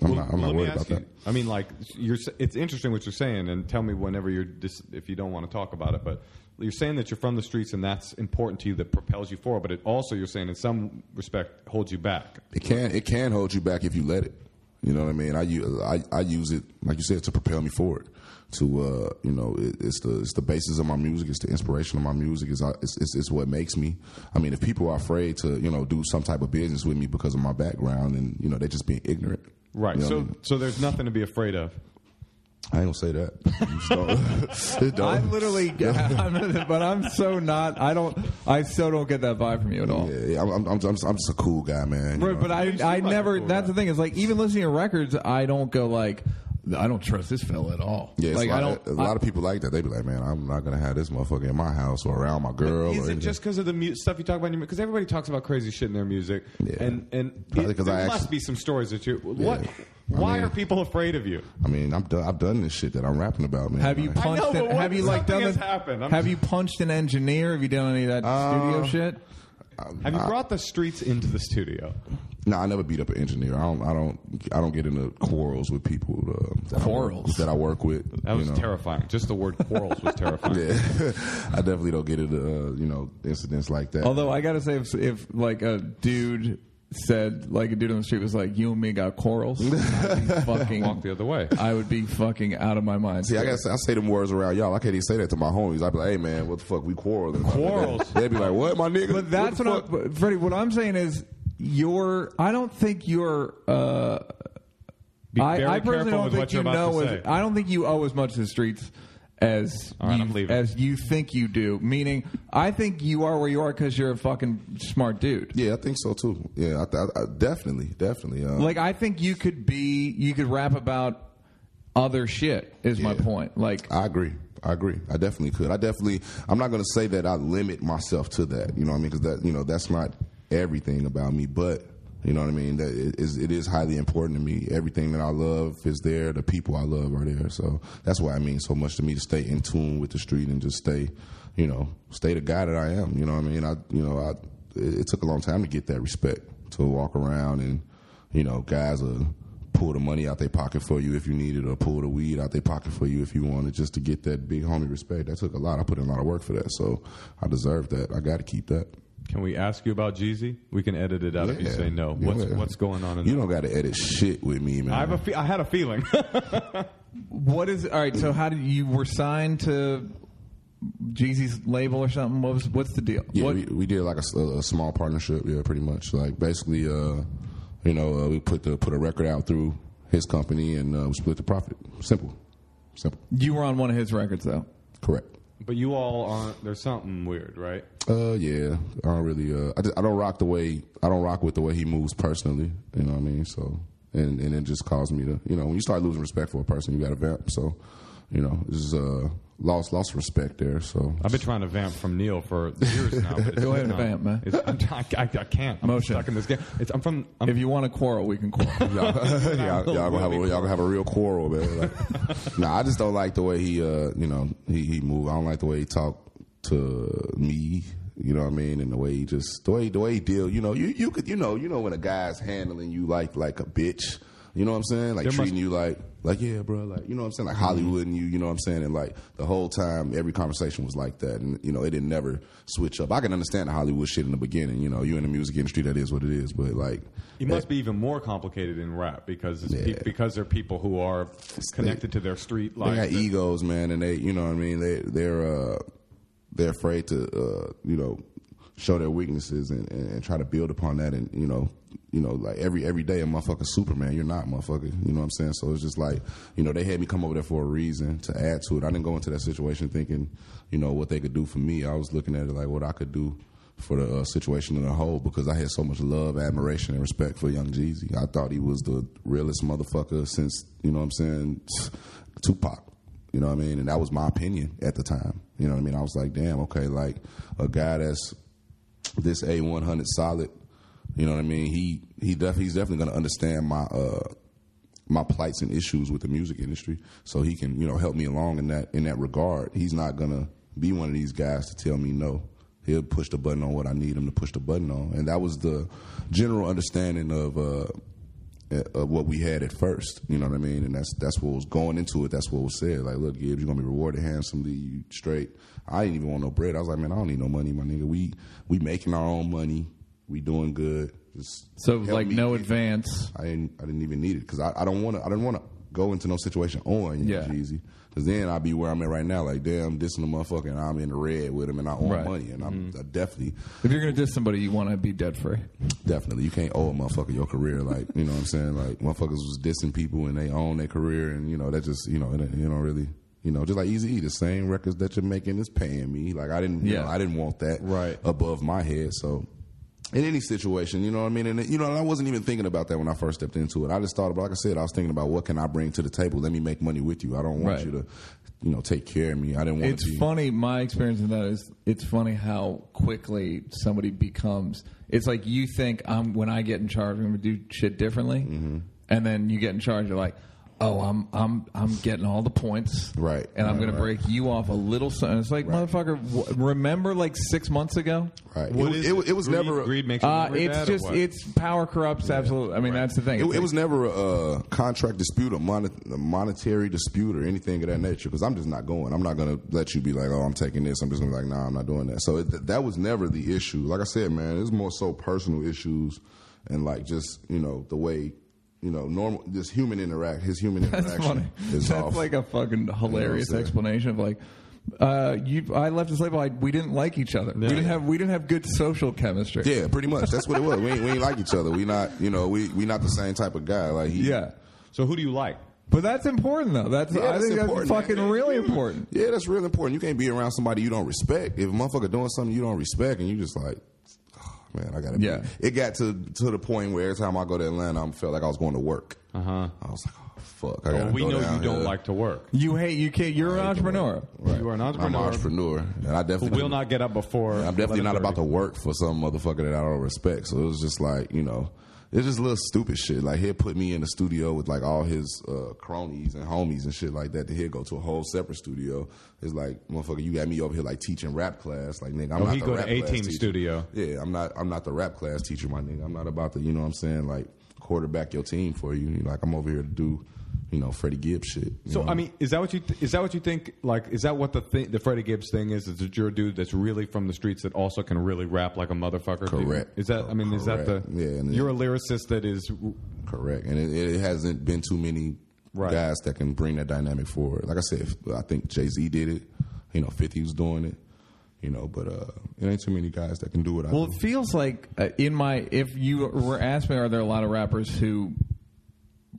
Speaker 2: I'm
Speaker 3: Well,
Speaker 2: not, I'm not
Speaker 3: let me
Speaker 2: worried about
Speaker 3: ask you-
Speaker 2: that.
Speaker 3: I mean, like you're. s- It's interesting what you're saying, and tell me whenever you're dis, if you don't want to talk about it. But you're saying that you're from the streets, and that's important to you. That propels you forward. But it also, you're saying, in some respect, holds you back.
Speaker 2: It can it can hold you back if you let it. You know what I mean? I use I, I use it like you said to propel me forward. To uh, you know, it, it's the it's the basis of my music. It's the inspiration of my music. It's, uh, it's it's it's what makes me. I mean, if people are afraid to you know do some type of business with me because of my background, and you know they're just being ignorant.
Speaker 3: Right.
Speaker 2: You know
Speaker 3: so
Speaker 2: what I, mean?
Speaker 3: so there's nothing to be afraid of.
Speaker 2: I ain't gonna say that. I'm just don't- It
Speaker 3: Oh.
Speaker 2: don't.
Speaker 1: I literally, I'm, but I'm so not. I don't. I so don't get that vibe from you at all.
Speaker 2: Yeah, yeah, I'm, I'm, I'm, just, I'm just a cool guy, man. you
Speaker 1: Right,
Speaker 2: know?
Speaker 1: but I,
Speaker 3: You seem
Speaker 1: I
Speaker 3: like a
Speaker 1: never.
Speaker 3: cool
Speaker 1: that's
Speaker 3: guy.
Speaker 1: the thing. Is like even listening to records, I don't go like, I don't trust this fella at all.
Speaker 2: Yeah, it's
Speaker 1: like
Speaker 2: a lot,
Speaker 1: I don't.
Speaker 2: a lot of people like that. They be like, "Man, I'm not gonna have this motherfucker in my house or around my girl."
Speaker 3: Is
Speaker 2: or
Speaker 3: it just because of the mu- stuff you talk about in your Because everybody talks about crazy shit in their music.
Speaker 2: Yeah.
Speaker 3: And, and
Speaker 2: Probably
Speaker 3: it-
Speaker 2: 'cause
Speaker 3: there
Speaker 2: I
Speaker 3: must
Speaker 2: actually-
Speaker 3: be some stories that you. What?
Speaker 2: Yeah. I
Speaker 3: Why
Speaker 2: mean-
Speaker 3: are people afraid of you?
Speaker 2: I mean, I'm done, I've done this shit that I'm rapping about, man.
Speaker 1: have you
Speaker 2: Like,
Speaker 1: punched?
Speaker 3: know,
Speaker 1: an,
Speaker 3: but
Speaker 1: have you
Speaker 3: what-
Speaker 1: like done
Speaker 3: something has
Speaker 1: this?
Speaker 3: happened. I'm
Speaker 1: Have
Speaker 3: just-
Speaker 1: you punched an engineer? Have you done any of that studio shit?
Speaker 3: Have you brought the streets into the studio?
Speaker 2: No, I never beat up an engineer. I don't. I don't. I don't get into quarrels with people. Uh, that I work-
Speaker 1: Quarrels?
Speaker 2: that I work with.
Speaker 3: That was
Speaker 2: you know.
Speaker 3: terrifying. Just the word quarrels was terrifying.
Speaker 2: Yeah, I definitely don't get into uh, you know incidents like that.
Speaker 1: Although I gotta say, if, if like a dude said, like a dude on the street was like, "You and me got quarrels," I'd be fucking
Speaker 3: Walk the other way.
Speaker 1: I would be fucking out of my mind.
Speaker 2: See, I gotta say, I say them words around y'all. I can't even say that to my homies. I'd be like, "Hey, man, what the fuck? We quarreling?
Speaker 3: Quarrels?
Speaker 2: They'd be like, "What, my nigga?"
Speaker 1: But that's
Speaker 2: the
Speaker 1: what, I'm,
Speaker 2: fuck?"
Speaker 1: but, Freddie. What I'm saying is, your I don't think your uh,
Speaker 3: Be
Speaker 1: I,
Speaker 3: very
Speaker 1: I personally
Speaker 3: careful
Speaker 1: don't
Speaker 3: with
Speaker 1: think
Speaker 3: what
Speaker 1: you
Speaker 3: you're about
Speaker 1: know
Speaker 3: to
Speaker 1: as
Speaker 3: say.
Speaker 1: I don't think you owe as much to the streets as
Speaker 3: All right,
Speaker 1: you,
Speaker 3: I'm leaving.
Speaker 1: as you think you do. Meaning, I think you are where you are because you're a fucking smart dude.
Speaker 2: Yeah, I think so too. Yeah, I, th- I, I definitely, definitely. Uh,
Speaker 1: Like I think you could be you could rap about other shit. Is my
Speaker 2: Yeah.
Speaker 1: point. Like
Speaker 2: I agree. I agree. I definitely could. I definitely. I'm not going to say that I limit myself to that. You know what I mean? Because that you know that's not everything about me, but. You know what I mean? That it is, it is highly important to me. Everything that I love is there. The people I love are there. So that's why it means so much to me to stay in tune with the street and just stay, you know, stay the guy that I am. You know what I mean? I, you know, I, it, it took a long time to get that respect to walk around and, you know, guys are pull the money out their pocket for you if you need it, or pull the weed out their pocket for you if you want it, just to get that big homie respect. That took a lot. I put in a lot of work for that, so I deserve that. I got to keep that.
Speaker 3: Can we ask you about Jeezy? We can edit it out if you
Speaker 2: Yeah.
Speaker 3: say no. What's
Speaker 2: Yeah.
Speaker 3: what's going on in
Speaker 2: You
Speaker 3: there?
Speaker 2: don't got to edit shit with me, man.
Speaker 3: I have a fe- I had a feeling.
Speaker 1: what is all right? So how did you were signed to Jeezy's label or something? What was what's the deal?
Speaker 2: yeah,
Speaker 1: what,
Speaker 2: we, we did like a, s- a- a small partnership. Yeah, pretty much. Like basically, uh, you know, uh, we put the put a record out through his company and uh, we split the profit. Simple, simple.
Speaker 1: you were on one of his records though.
Speaker 2: Correct.
Speaker 3: but you all aren't. There's something weird, right?
Speaker 2: Uh, yeah. I don't really. Uh, I, just, I don't rock the way. I don't rock with the way he moves personally. You know what I mean? So, and and it just caused me to. You know, when you start losing respect for a person, you got to vamp. So, you know, this is uh lost lost respect there. So,
Speaker 3: I've been trying to vamp from Neil for years now. But it's
Speaker 1: Go ahead and
Speaker 3: not-
Speaker 1: vamp, man.
Speaker 3: It's, I'm, I, I I can't. I'm
Speaker 1: Motion.
Speaker 3: stuck in this game. It's, I'm from. I'm,
Speaker 1: If you want to quarrel, we can quarrel.
Speaker 2: y'all, y'all, y'all gonna have a, y'all gonna have a real quarrel, man. Like, nah, I just don't like the way he, uh, you know, he he move. I don't like the way he talk to me. You know what I mean? And the way he just the way the way he deal. You know, you you could you know you know when a guy's handling you like like a bitch. You know what I'm saying? Like
Speaker 3: There must- Mm-hmm.
Speaker 2: treating you like like yeah, bro. Like you know what I'm saying? Like Hollywood and you. You know what I'm saying? And like the whole time, every conversation was like that. And you know, it didn't never switch up. I can understand the Hollywood shit in the beginning. You know, you in the music industry, that is what it is. But like,
Speaker 3: it must be even more complicated in rap because it's
Speaker 2: Yeah.
Speaker 3: pe- because they're people who are connected to their street
Speaker 2: they
Speaker 3: life.
Speaker 2: got e, egos, man, and they, you know what I mean. They they're uh, they're afraid to uh, you know show their weaknesses and, and, and try to build upon that, and you know you know like every every day a motherfucker Superman. You're not motherfucker. You know what I'm saying? So it's just like you know they had me come over there for a reason to add to it. I didn't go into that situation thinking you know what they could do for me. I was looking at it like what I could do. For the uh, situation in a whole, because I had so much love, admiration, and respect for Young Jeezy. I thought he was the realest motherfucker since, you know what I'm saying, Tupac. You know what I mean? And that was my opinion at the time. You know what I mean? I was like, damn, okay, like a guy that's this A one hundred solid. You know what I mean? He he def- he's definitely gonna understand my uh my plights and issues with the music industry, so he can you know help me along in that in that regard. He's not gonna be one of these guys to tell me no. He'll push the button on what I need him to push the button on, and that was the general understanding of uh, of what we had at first. You know what I mean? And that's that's what was going into it. That's what was said. Like, look, Gibbs, you're gonna be rewarded handsomely. You straight. I didn't even want no bread. I was like, man, I don't need no money, my nigga. We we making our own money. We doing good. Just
Speaker 1: So
Speaker 2: help
Speaker 1: like
Speaker 2: me
Speaker 1: no
Speaker 2: get-
Speaker 1: advance.
Speaker 2: I didn't. I didn't even need it because I, I don't want to. I didn't want to go into no situation on you know,
Speaker 1: Yeah.
Speaker 2: Jeezy. Because then I'd be where I'm at right now. Like damn, this and the motherfucker, and I'm in the red with him, and I owe
Speaker 1: Right. Mm-hmm.
Speaker 2: him money, and I'm I definitely,
Speaker 1: If you're gonna diss somebody, you want to be debt free.
Speaker 2: definitely. You can't owe a motherfucker your career. Like you know what I'm saying. Like motherfuckers was dissing people and they own their career, and you know that just you know it, you don't really. You know, just like Easy E, the same records that you're making is paying me. Like I didn't, you
Speaker 1: Yeah.
Speaker 2: know, I didn't want that
Speaker 1: Right.
Speaker 2: above my head. So in any situation, you know what I mean? And you know, and I wasn't even thinking about that when I first stepped into it. I just thought about like I said, I was thinking about what can I bring to the table? Let me make money with you. I don't want
Speaker 1: Right.
Speaker 2: you to, you know, take care of me. I didn't want
Speaker 1: It's
Speaker 2: to be
Speaker 1: funny. My experience in that is it's funny how quickly somebody becomes. It's like you think I'm when I get in charge, I'm going to do shit differently,
Speaker 2: Mm-hmm.
Speaker 1: and then you get in charge. You're like, oh, I'm I'm I'm getting all the points,
Speaker 2: Right,
Speaker 1: And I'm
Speaker 2: right,
Speaker 1: going
Speaker 2: right.
Speaker 1: to break you off a little. So and it's like, motherfucker, w- remember like six months ago?
Speaker 2: right.
Speaker 3: What
Speaker 2: it,
Speaker 3: is
Speaker 2: it, was- it was
Speaker 3: Greed-
Speaker 2: never a-
Speaker 3: greed makes you
Speaker 1: Uh,
Speaker 3: hungry
Speaker 1: it's
Speaker 3: bad or
Speaker 1: just
Speaker 3: what?
Speaker 1: it's power corrupts absolutely. I mean, that's the thing.
Speaker 2: It,
Speaker 1: It's
Speaker 2: it
Speaker 1: like-
Speaker 2: was never a uh, contract dispute, a, mon- a monetary dispute, or anything of that nature. Because I'm just not going. I'm not going to let you be like, oh, I'm taking this. I'm just going to be like, nah, I'm not doing that. So it, that was never the issue. Like I said, man, it's more so personal issues and like just you know the way you know normal this human interact his human
Speaker 1: That's funny.
Speaker 2: interaction is
Speaker 1: That's
Speaker 2: off.
Speaker 1: like a fucking hilarious
Speaker 2: saying?
Speaker 1: explanation of like, uh, you. I left this label. I, we didn't like each other. We didn't have we didn't have good social chemistry.
Speaker 2: yeah, pretty much. That's what it was. We ain't, we ain't like each other. We not, you know, we we not the same type of guy. Like he,
Speaker 1: Yeah.
Speaker 3: So who do you like?
Speaker 1: but that's important though. That's
Speaker 2: Yeah,
Speaker 1: I
Speaker 2: that's
Speaker 1: think that's
Speaker 2: important,
Speaker 1: fucking
Speaker 2: man.
Speaker 1: really important.
Speaker 2: Yeah, that's real important. You can't be around somebody you don't respect. If a motherfucker doing something you don't respect, and you just like, oh, man, I gotta. be-"
Speaker 1: Yeah.
Speaker 2: It got to to the point where every time I go to Atlanta, I felt like I was going to work. Uh huh. I was like, oh fuck, I gotta.
Speaker 3: Well, Uh-huh. we
Speaker 2: go
Speaker 3: know
Speaker 2: down
Speaker 3: you don't
Speaker 2: here.
Speaker 3: like to work.
Speaker 1: You hate you can't. You're an entrepreneur.
Speaker 3: You are an
Speaker 2: I'm an
Speaker 3: entrepreneur.
Speaker 2: entrepreneur, and I
Speaker 3: who
Speaker 2: definitely
Speaker 3: will not get up before.
Speaker 2: I'm definitely not about to work for some motherfucker that I don't respect. So it was just like, you know, it's just little stupid shit. Like he'd put me in the studio with like all his uh, cronies and homies and shit like that. Then he'd go to a whole separate studio. It's like, motherfucker, you got me over here like teaching rap class. Like nigga, I'm
Speaker 3: Oh,
Speaker 2: not
Speaker 3: he'd
Speaker 2: the
Speaker 3: go to
Speaker 2: rap
Speaker 3: A
Speaker 2: class
Speaker 3: Team
Speaker 2: teacher.
Speaker 3: studio.
Speaker 2: Yeah, I'm not. I'm not the rap class teacher, my nigga. I'm not about to, you know, what I'm saying like quarterback your team for you. Like I'm over here to do, you know, Freddie Gibbs shit. you
Speaker 3: So
Speaker 2: know?
Speaker 3: I mean, is that what you th- is that what you think? Like, is that what the thi- the Freddie Gibbs thing is? Is that you're a dude that's really from the streets that also can really rap like a motherfucker? Do you-
Speaker 2: Correct.
Speaker 3: Is that I mean, is that the
Speaker 2: Correct. Yeah, and-
Speaker 3: you're a lyricist that is
Speaker 2: Correct, and it, it hasn't been too many
Speaker 3: Right.
Speaker 2: guys that can bring that dynamic forward. Like I said, I think Jay Z did it. You know, Fifty was doing it. You know, but uh, it ain't too many guys that can do what I
Speaker 1: Well,
Speaker 2: do.
Speaker 1: it feels like uh, in my if you were asking, are there a lot of rappers who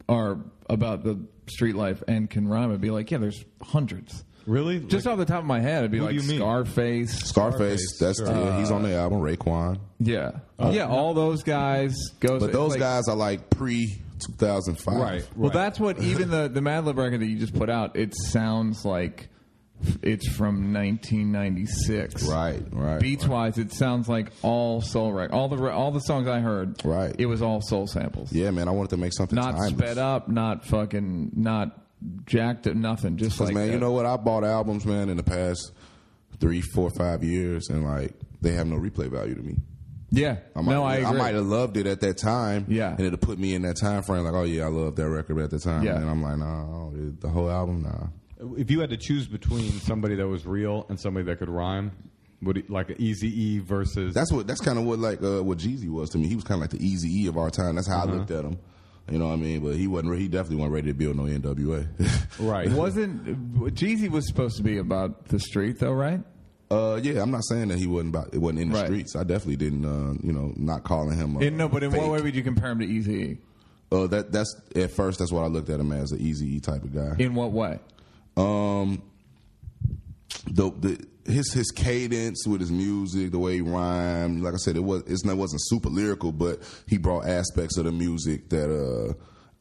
Speaker 1: are about the street life and can rhyme? I'd be like, yeah, there's hundreds.
Speaker 3: really
Speaker 1: Just off the top of my head, it'd be
Speaker 3: Who
Speaker 1: like
Speaker 3: do you mean?
Speaker 1: Scarface.
Speaker 2: Scarface, that's yeah, he's on the album. Raekwon,
Speaker 1: Yeah, yeah, all those guys go.
Speaker 2: Uh, but those guys are like pre two thousand five.
Speaker 3: Right.
Speaker 1: Well, that's what even the the Madlib record that you just put out. It sounds like it's from 1996.
Speaker 2: right, right.
Speaker 1: Beats wise, it sounds like all soul record. All the re- all the songs I heard.
Speaker 2: Right.
Speaker 1: It was all soul samples.
Speaker 2: Yeah, man, I wanted to make something
Speaker 1: Not
Speaker 2: timeless.
Speaker 1: sped up. Not fucking. Not jacked. up, Nothing. Just
Speaker 2: Because
Speaker 1: like
Speaker 2: man,
Speaker 1: that.
Speaker 2: you know what? I bought albums, man, in the past three, four, five years, and like they have no replay value to me.
Speaker 1: Yeah.
Speaker 2: I might,
Speaker 1: no, I agree.
Speaker 2: might have loved it at that time.
Speaker 1: Yeah.
Speaker 2: And it'll put me in that time frame like, oh, yeah, I love that record at the time.
Speaker 1: Yeah.
Speaker 2: And I'm like, nah, oh, the whole album, nah.
Speaker 3: if you had to choose between somebody that was real and somebody that could rhyme, would it, like an Easy E versus
Speaker 2: That's what, that's kind of what like, uh, what Jeezy was to me. He was kind of like the easy E of our time. That's
Speaker 1: Uh-huh.
Speaker 2: how I looked at him. You know what I mean? But he wasn't, re- he definitely wasn't ready to build no NWA.
Speaker 3: right?
Speaker 1: Wasn't Jeezy was supposed to be about the street though, right?
Speaker 2: uh, yeah, I'm not saying that he wasn't about, it wasn't in the
Speaker 1: Right.
Speaker 2: streets. I definitely didn't, uh, you know, not calling him. uh
Speaker 1: In, no, but in what
Speaker 2: fake.
Speaker 1: way would you compare him to E Eazy?
Speaker 2: Uh, that, that's, at first, that's what I looked at him as, an easy E type of guy.
Speaker 1: In what way?
Speaker 2: Um, the the his his cadence with his music, the way he rhymed, like I said, it was it's, it wasn't super lyrical, but he brought aspects of the music that uh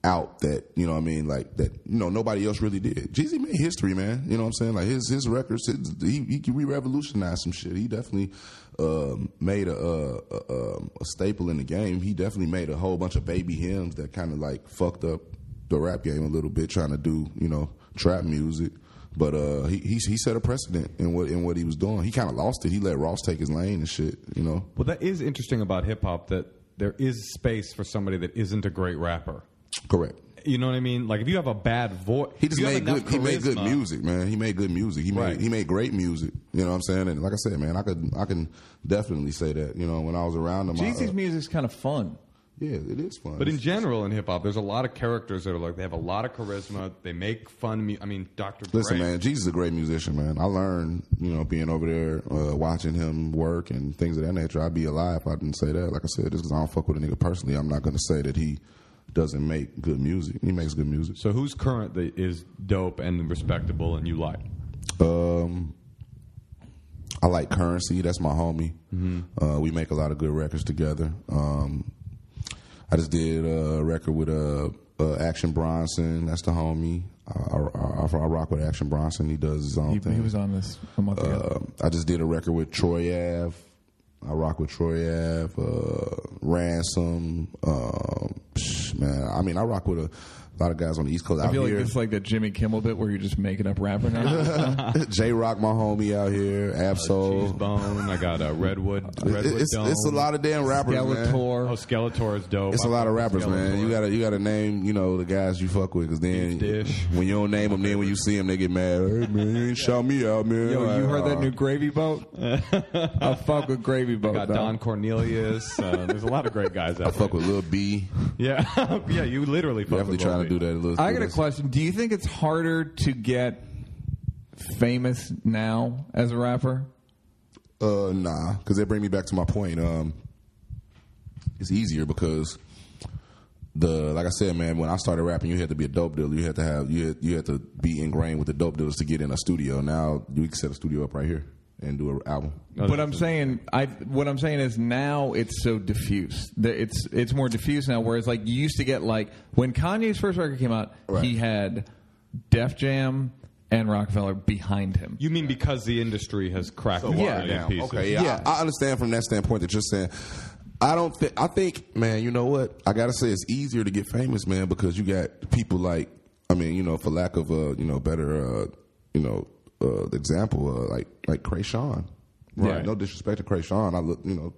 Speaker 2: out that you know what I mean, like that you know nobody else really did. Jeezy made history, man. You know what I'm saying? Like his his records, his, he he re-revolutionized some shit. He definitely um, made a, a, a um, a staple in the game. He definitely made a whole bunch of baby hymns that kind of like fucked up the rap game a little bit, trying to do you know trap music. But uh, he, he he set a precedent in what in what he was doing. He kind of lost it. He let Ross take his lane and shit. You know,
Speaker 3: Well, that is interesting about hip hop that there is space for somebody that isn't a great rapper.
Speaker 2: correct.
Speaker 3: You know what I mean? Like if you have a bad voice,
Speaker 2: He just
Speaker 3: you have
Speaker 2: made
Speaker 3: enough
Speaker 2: good. He made good
Speaker 3: charisma-
Speaker 2: music, man. He made good music. He made
Speaker 3: Right.
Speaker 2: he made great music. You know what I'm saying? And like I said, man, I could I can definitely say that. You know, when I was around him, I,
Speaker 1: Jeezy's
Speaker 2: uh,
Speaker 1: music's kind of fun.
Speaker 2: yeah, it is fun.
Speaker 3: But in general, in hip hop, there's a lot of characters that are like they have a lot of charisma. They make fun. Mu- I mean, Dr.
Speaker 2: Listen,
Speaker 3: Dre.
Speaker 2: man, Jesus is a great musician, man. I learned, you know, being over there, uh, watching him work and things of that nature. I'd be alive if I didn't say that. Like I said, just because I don't fuck with a nigga personally, I'm not going to say that he doesn't make good music. He makes good music.
Speaker 3: So who's current that is dope and respectable and you like?
Speaker 2: Um, I like Currency. That's my homie.
Speaker 1: Mm-hmm.
Speaker 2: Uh, we make a lot of good records together. Um, I just did a record with uh, uh, Action Bronson. That's the homie. I, I, I, I rock with Action Bronson. He does his own
Speaker 1: He,
Speaker 2: thing.
Speaker 1: he was on this a month
Speaker 3: Uh,
Speaker 1: ago.
Speaker 2: Um, I just did a record with Troy Ave. I rock with Troy Ave, uh, Ransom. Um, psh, man, I mean, I rock with a lot of guys on the East Coast
Speaker 1: I
Speaker 2: out
Speaker 1: feel like
Speaker 2: here.
Speaker 1: it's like that Jimmy Kimmel bit where you're just making up rapper now.
Speaker 2: J Rock, my homie out here.
Speaker 1: Oh,
Speaker 3: Cheese
Speaker 2: Absol.
Speaker 3: Bone. Uh, I got a Redwood.
Speaker 2: It-
Speaker 3: Redwood
Speaker 2: it's,
Speaker 3: Dome.
Speaker 2: it's a lot of damn rappers, man.
Speaker 3: Oh,
Speaker 1: Skeletor.
Speaker 3: Skeletor is dope.
Speaker 2: It's a
Speaker 3: I
Speaker 2: lot of
Speaker 3: fuck with
Speaker 2: rappers, man.
Speaker 3: Skeletor.
Speaker 2: You gotta you gotta name you know the guys you fuck with, because then
Speaker 3: Dish.
Speaker 2: when you don't name them, then when you see them, they get mad. Hey man, you ain't shout me out, man.
Speaker 1: Yo, you
Speaker 2: Like, oh.
Speaker 1: heard that
Speaker 2: "Aw."
Speaker 1: new Gravy Boat? I fuck with Gravy Boat.
Speaker 3: Got
Speaker 1: dog.
Speaker 3: Don Cornelius. Uh, there's a lot of great guys out there.
Speaker 2: Fuck with Lil B.
Speaker 3: Yeah, yeah. You literally fuck
Speaker 2: Definitely
Speaker 3: with
Speaker 2: trying to
Speaker 3: Lil
Speaker 2: do
Speaker 3: B.
Speaker 2: that. Lil
Speaker 1: I got a
Speaker 2: That's-
Speaker 1: question. Do you think it's harder to get famous now as a rapper?
Speaker 2: Uh, nah, because that bring me back to my point. Um, it's easier because the like I said, man. When I started rapping, you had to be a dope dealer. You had to have you had, you had to be ingrained with the dope dealers to get in a studio. Now you can set a studio up right here and do an album.
Speaker 3: Oh,
Speaker 1: But I'm saying, I what I'm saying is now it's so diffuse. That It's it's more diffuse now. Whereas like you used to get like when Kanye's first record came out,
Speaker 2: Right.
Speaker 1: he had Def Jam and Rockefeller behind him.
Speaker 3: You mean because the industry has cracked so
Speaker 1: watered
Speaker 3: in
Speaker 1: down.
Speaker 3: pieces?
Speaker 2: Okay, yeah,
Speaker 1: Yeah.
Speaker 2: I, I understand from that standpoint that you're saying. I don't think. I think, man. You know what? I gotta say, it's easier to get famous, man, because you got people like. I mean, you know, for lack of a you know better, uh, you know, uh, example, uh, like like Krayshawn. Right.
Speaker 3: Right.
Speaker 2: No disrespect to Krayshawn. I look, you know,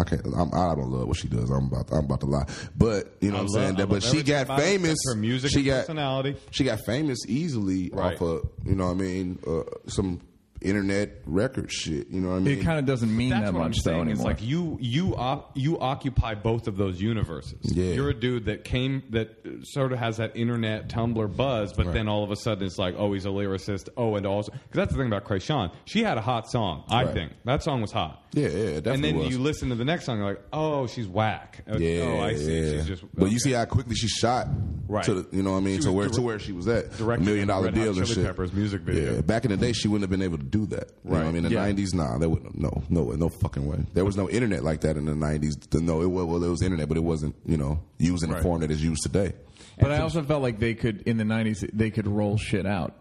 Speaker 2: I can't. I'm, I don't love what she does. I'm about. I'm about to lie. But you know,
Speaker 3: I
Speaker 2: what I'm
Speaker 3: love-
Speaker 2: saying
Speaker 3: I
Speaker 2: that. But
Speaker 3: love
Speaker 2: she
Speaker 3: everything
Speaker 2: got
Speaker 3: about it,
Speaker 2: famous.
Speaker 3: except Her music,
Speaker 2: She
Speaker 3: and
Speaker 2: got
Speaker 3: personality.
Speaker 2: she got famous easily
Speaker 3: Right.
Speaker 2: off of you know what I mean uh, some internet record shit. You know what I mean?
Speaker 1: it kind of doesn't mean
Speaker 3: That's
Speaker 1: that
Speaker 3: what I'm
Speaker 1: much though
Speaker 3: saying. It's
Speaker 1: anymore.
Speaker 3: like you you op- you occupy both of those universes.
Speaker 2: Yeah.
Speaker 3: You're a dude that came that sort of has that internet Tumblr buzz, but then all of a sudden it's like, oh, he's a lyricist. Oh, and also because that's the thing about Krayshawn. She had a hot song. I
Speaker 2: Right.
Speaker 3: think that song was hot.
Speaker 2: yeah, yeah, it definitely.
Speaker 3: and then
Speaker 2: was.
Speaker 3: you listen to the next song, you're like, oh, she's whack. Uh,
Speaker 2: yeah,
Speaker 3: oh, I see.
Speaker 2: yeah.
Speaker 3: She's just.
Speaker 2: but you
Speaker 3: okay.
Speaker 2: see how quickly she shot.
Speaker 3: Right.
Speaker 2: To the, you know what I mean?
Speaker 3: She
Speaker 2: to
Speaker 3: was
Speaker 2: where
Speaker 3: dire-
Speaker 2: to where she was at.
Speaker 3: directed
Speaker 2: Million
Speaker 3: the
Speaker 2: dollar
Speaker 3: Red Hot
Speaker 2: deal and
Speaker 3: Chili
Speaker 2: shit.
Speaker 3: Peppers music video.
Speaker 2: Yeah. Back in the day, she wouldn't have been able to do that. You know what I
Speaker 3: Right.
Speaker 2: mean? In the
Speaker 3: Yeah.
Speaker 2: 90s, nah, there would no, no way, no fucking way. There was no internet like that in the 90s. The- No, it was, well, there was internet, but it wasn't, you know, used in the
Speaker 3: Right.
Speaker 2: form that is used today.
Speaker 1: but I also felt like they could in the '90s they could roll shit out.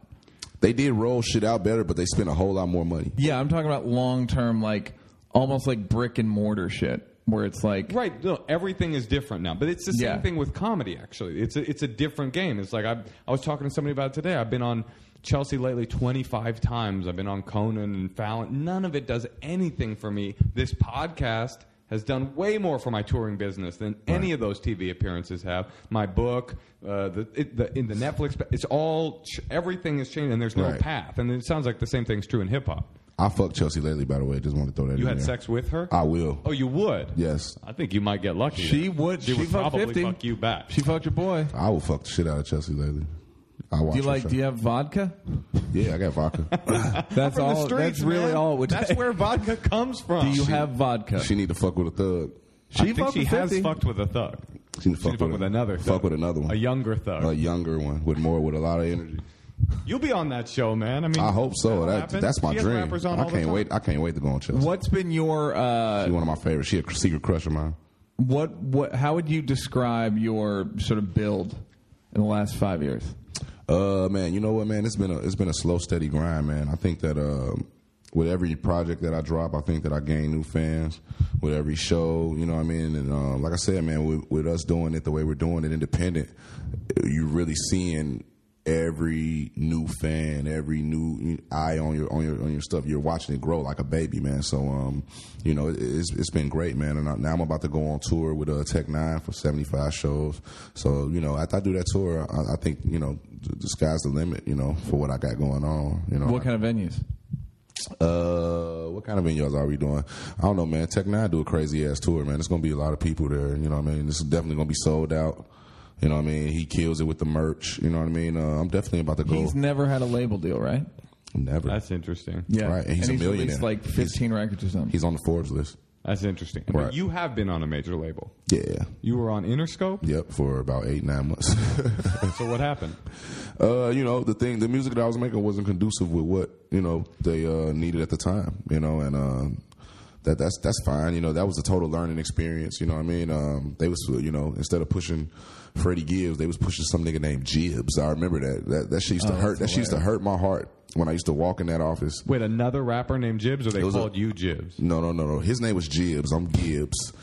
Speaker 2: They did roll shit out better, but they spent a whole lot more money.
Speaker 1: Yeah, I'm talking about long term, like almost like brick and mortar shit, where it's like
Speaker 3: Right. No, everything is different now. But it's the same
Speaker 1: Yeah.
Speaker 3: thing with comedy. Actually, it's a, it's a different game. It's like I I was talking to somebody about it today. I've been on Chelsea lately twenty five times. I've been on Conan and Fallon. None of it does anything for me. This podcast has done way more for my touring business than any of those TV appearances have. My book, uh, the, it, the in the Netflix, it's all ch- everything is changing, and there's no
Speaker 2: Right.
Speaker 3: path. And it sounds like the same thing's true in hip hop.
Speaker 2: I fucked Chelsea lately, by the way. Just want to throw that
Speaker 3: You
Speaker 2: in
Speaker 3: had
Speaker 2: there.
Speaker 3: sex with her?
Speaker 2: I will.
Speaker 3: Oh, you would?
Speaker 2: Yes.
Speaker 3: I think you might get lucky.
Speaker 1: she
Speaker 3: then.
Speaker 1: would
Speaker 3: She,
Speaker 1: she,
Speaker 3: would
Speaker 1: fucked
Speaker 3: probably
Speaker 1: 50.
Speaker 3: fuck you back.
Speaker 1: She fucked your boy.
Speaker 2: I will fuck the shit out of Chelsea lately. I watch
Speaker 1: Do you
Speaker 2: her
Speaker 1: like?
Speaker 2: show.
Speaker 1: Do you have vodka?
Speaker 2: Yeah, I got vodka.
Speaker 1: That's all. that's really all. It would
Speaker 3: That's
Speaker 1: take.
Speaker 3: where vodka comes from.
Speaker 1: Do you have vodka?
Speaker 2: she need to fuck with a thug.
Speaker 1: She
Speaker 3: I think
Speaker 1: fucked
Speaker 3: she
Speaker 1: with
Speaker 3: has
Speaker 1: 50.
Speaker 3: fucked with a thug.
Speaker 2: She need to
Speaker 3: She
Speaker 2: fuck,
Speaker 3: fucked with
Speaker 2: a-
Speaker 3: another. Thug.
Speaker 2: Fuck with another one.
Speaker 3: A younger thug.
Speaker 2: A younger one with more, with a lot of energy.
Speaker 3: You'll be on that show, man. I mean,
Speaker 1: Ah.
Speaker 2: I hope so.
Speaker 3: that'll
Speaker 2: That,
Speaker 3: happen.
Speaker 2: that's my
Speaker 3: she has
Speaker 2: dream.
Speaker 3: rappers on
Speaker 2: I
Speaker 3: all the
Speaker 2: can't
Speaker 3: time.
Speaker 2: wait. I can't wait to go on Chelsea.
Speaker 1: What's been your uh,
Speaker 2: She's one of my favorites. She a secret crush of mine.
Speaker 1: what? What? How would you describe your sort of build in the last five years?
Speaker 2: Uh, man, you know what, man? It's been a it's been a slow, steady grind, man. I think that uh, with every project that I drop, I think that I gain new fans. With every show, you know what I mean? And uh, like I said, man, with, with us doing it the way we're doing it, independent, you're really seeing every new fan, every new eye on your on your on your stuff. You're watching it grow like a baby, man. So um, you know, it, it's it's been great, man. And I, now I'm about to go on tour with uh, Tech Nine for 75 shows. So you know, after I do that tour, I, I think you know the, the sky's the limit. You know, for what I got going on. You know,
Speaker 1: What kind of venues?
Speaker 2: uh, what kind of venues are we doing? I don't know, man. Tech Nine do a crazy ass tour, man. It's gonna be a lot of people there. You know what I mean? This is definitely gonna be sold out. You know what I mean? He kills it with the merch. You know what I mean? Uh, I'm definitely about to go.
Speaker 1: He's never had a label deal, right?
Speaker 2: Never.
Speaker 3: That's interesting.
Speaker 1: Yeah,
Speaker 2: Right, and he's a millionaire.
Speaker 1: released like 15 records or something.
Speaker 2: He's on the Forbes list.
Speaker 3: That's interesting.
Speaker 2: Right.
Speaker 3: But you have been on a major label.
Speaker 2: Yeah.
Speaker 3: You were on Interscope.
Speaker 2: Yep. For about eight nine months.
Speaker 3: So what happened?
Speaker 2: uh, you know, the thing, the music that I was making wasn't conducive with what you know they uh, needed at the time. You know, and um, that that's that's fine. You know, that was a total learning experience. You know what I mean? Um, they was you know instead of pushing Freddie Gibbs, they was pushing some nigga named Gibbs. I remember that that that shit used to hurt. That shit used to hurt my heart when I used to walk in that office.
Speaker 3: Wait, another rapper named Jibs, or they
Speaker 2: was a-
Speaker 3: called you Jibs?
Speaker 2: No, no, no, no. His name was Gibbs. I'm Gibbs.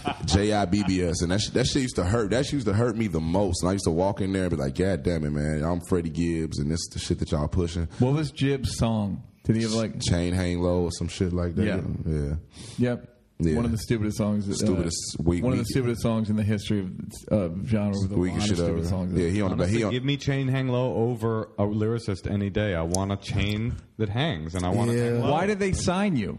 Speaker 2: J I B B S. And that, sh- that shit used to hurt. That shit used to hurt me the most. And I used to walk in there and be like, God damn it, man. I'm Freddie Gibbs, and this is the shit that y'all pushing.
Speaker 1: what was Jib's song? Did he have like?
Speaker 2: Chain hang low or some shit like that.
Speaker 1: Yeah.
Speaker 2: Yeah.
Speaker 1: Yep.
Speaker 2: Yeah.
Speaker 1: One of the stupidest songs. That, uh,
Speaker 2: Stupidest week-
Speaker 1: One of the
Speaker 2: week-
Speaker 1: stupidest songs in the history of uh, genre. With a lot of
Speaker 2: Weakest shit
Speaker 1: stupid
Speaker 2: ever.
Speaker 1: songs.
Speaker 2: Yeah, he on the back.
Speaker 3: Honestly,
Speaker 2: He on,
Speaker 3: give me chain hang low over a lyricist any day. I want a chain that hangs, and I want to.
Speaker 2: Yeah.
Speaker 3: Hang low.
Speaker 1: Why did they sign you?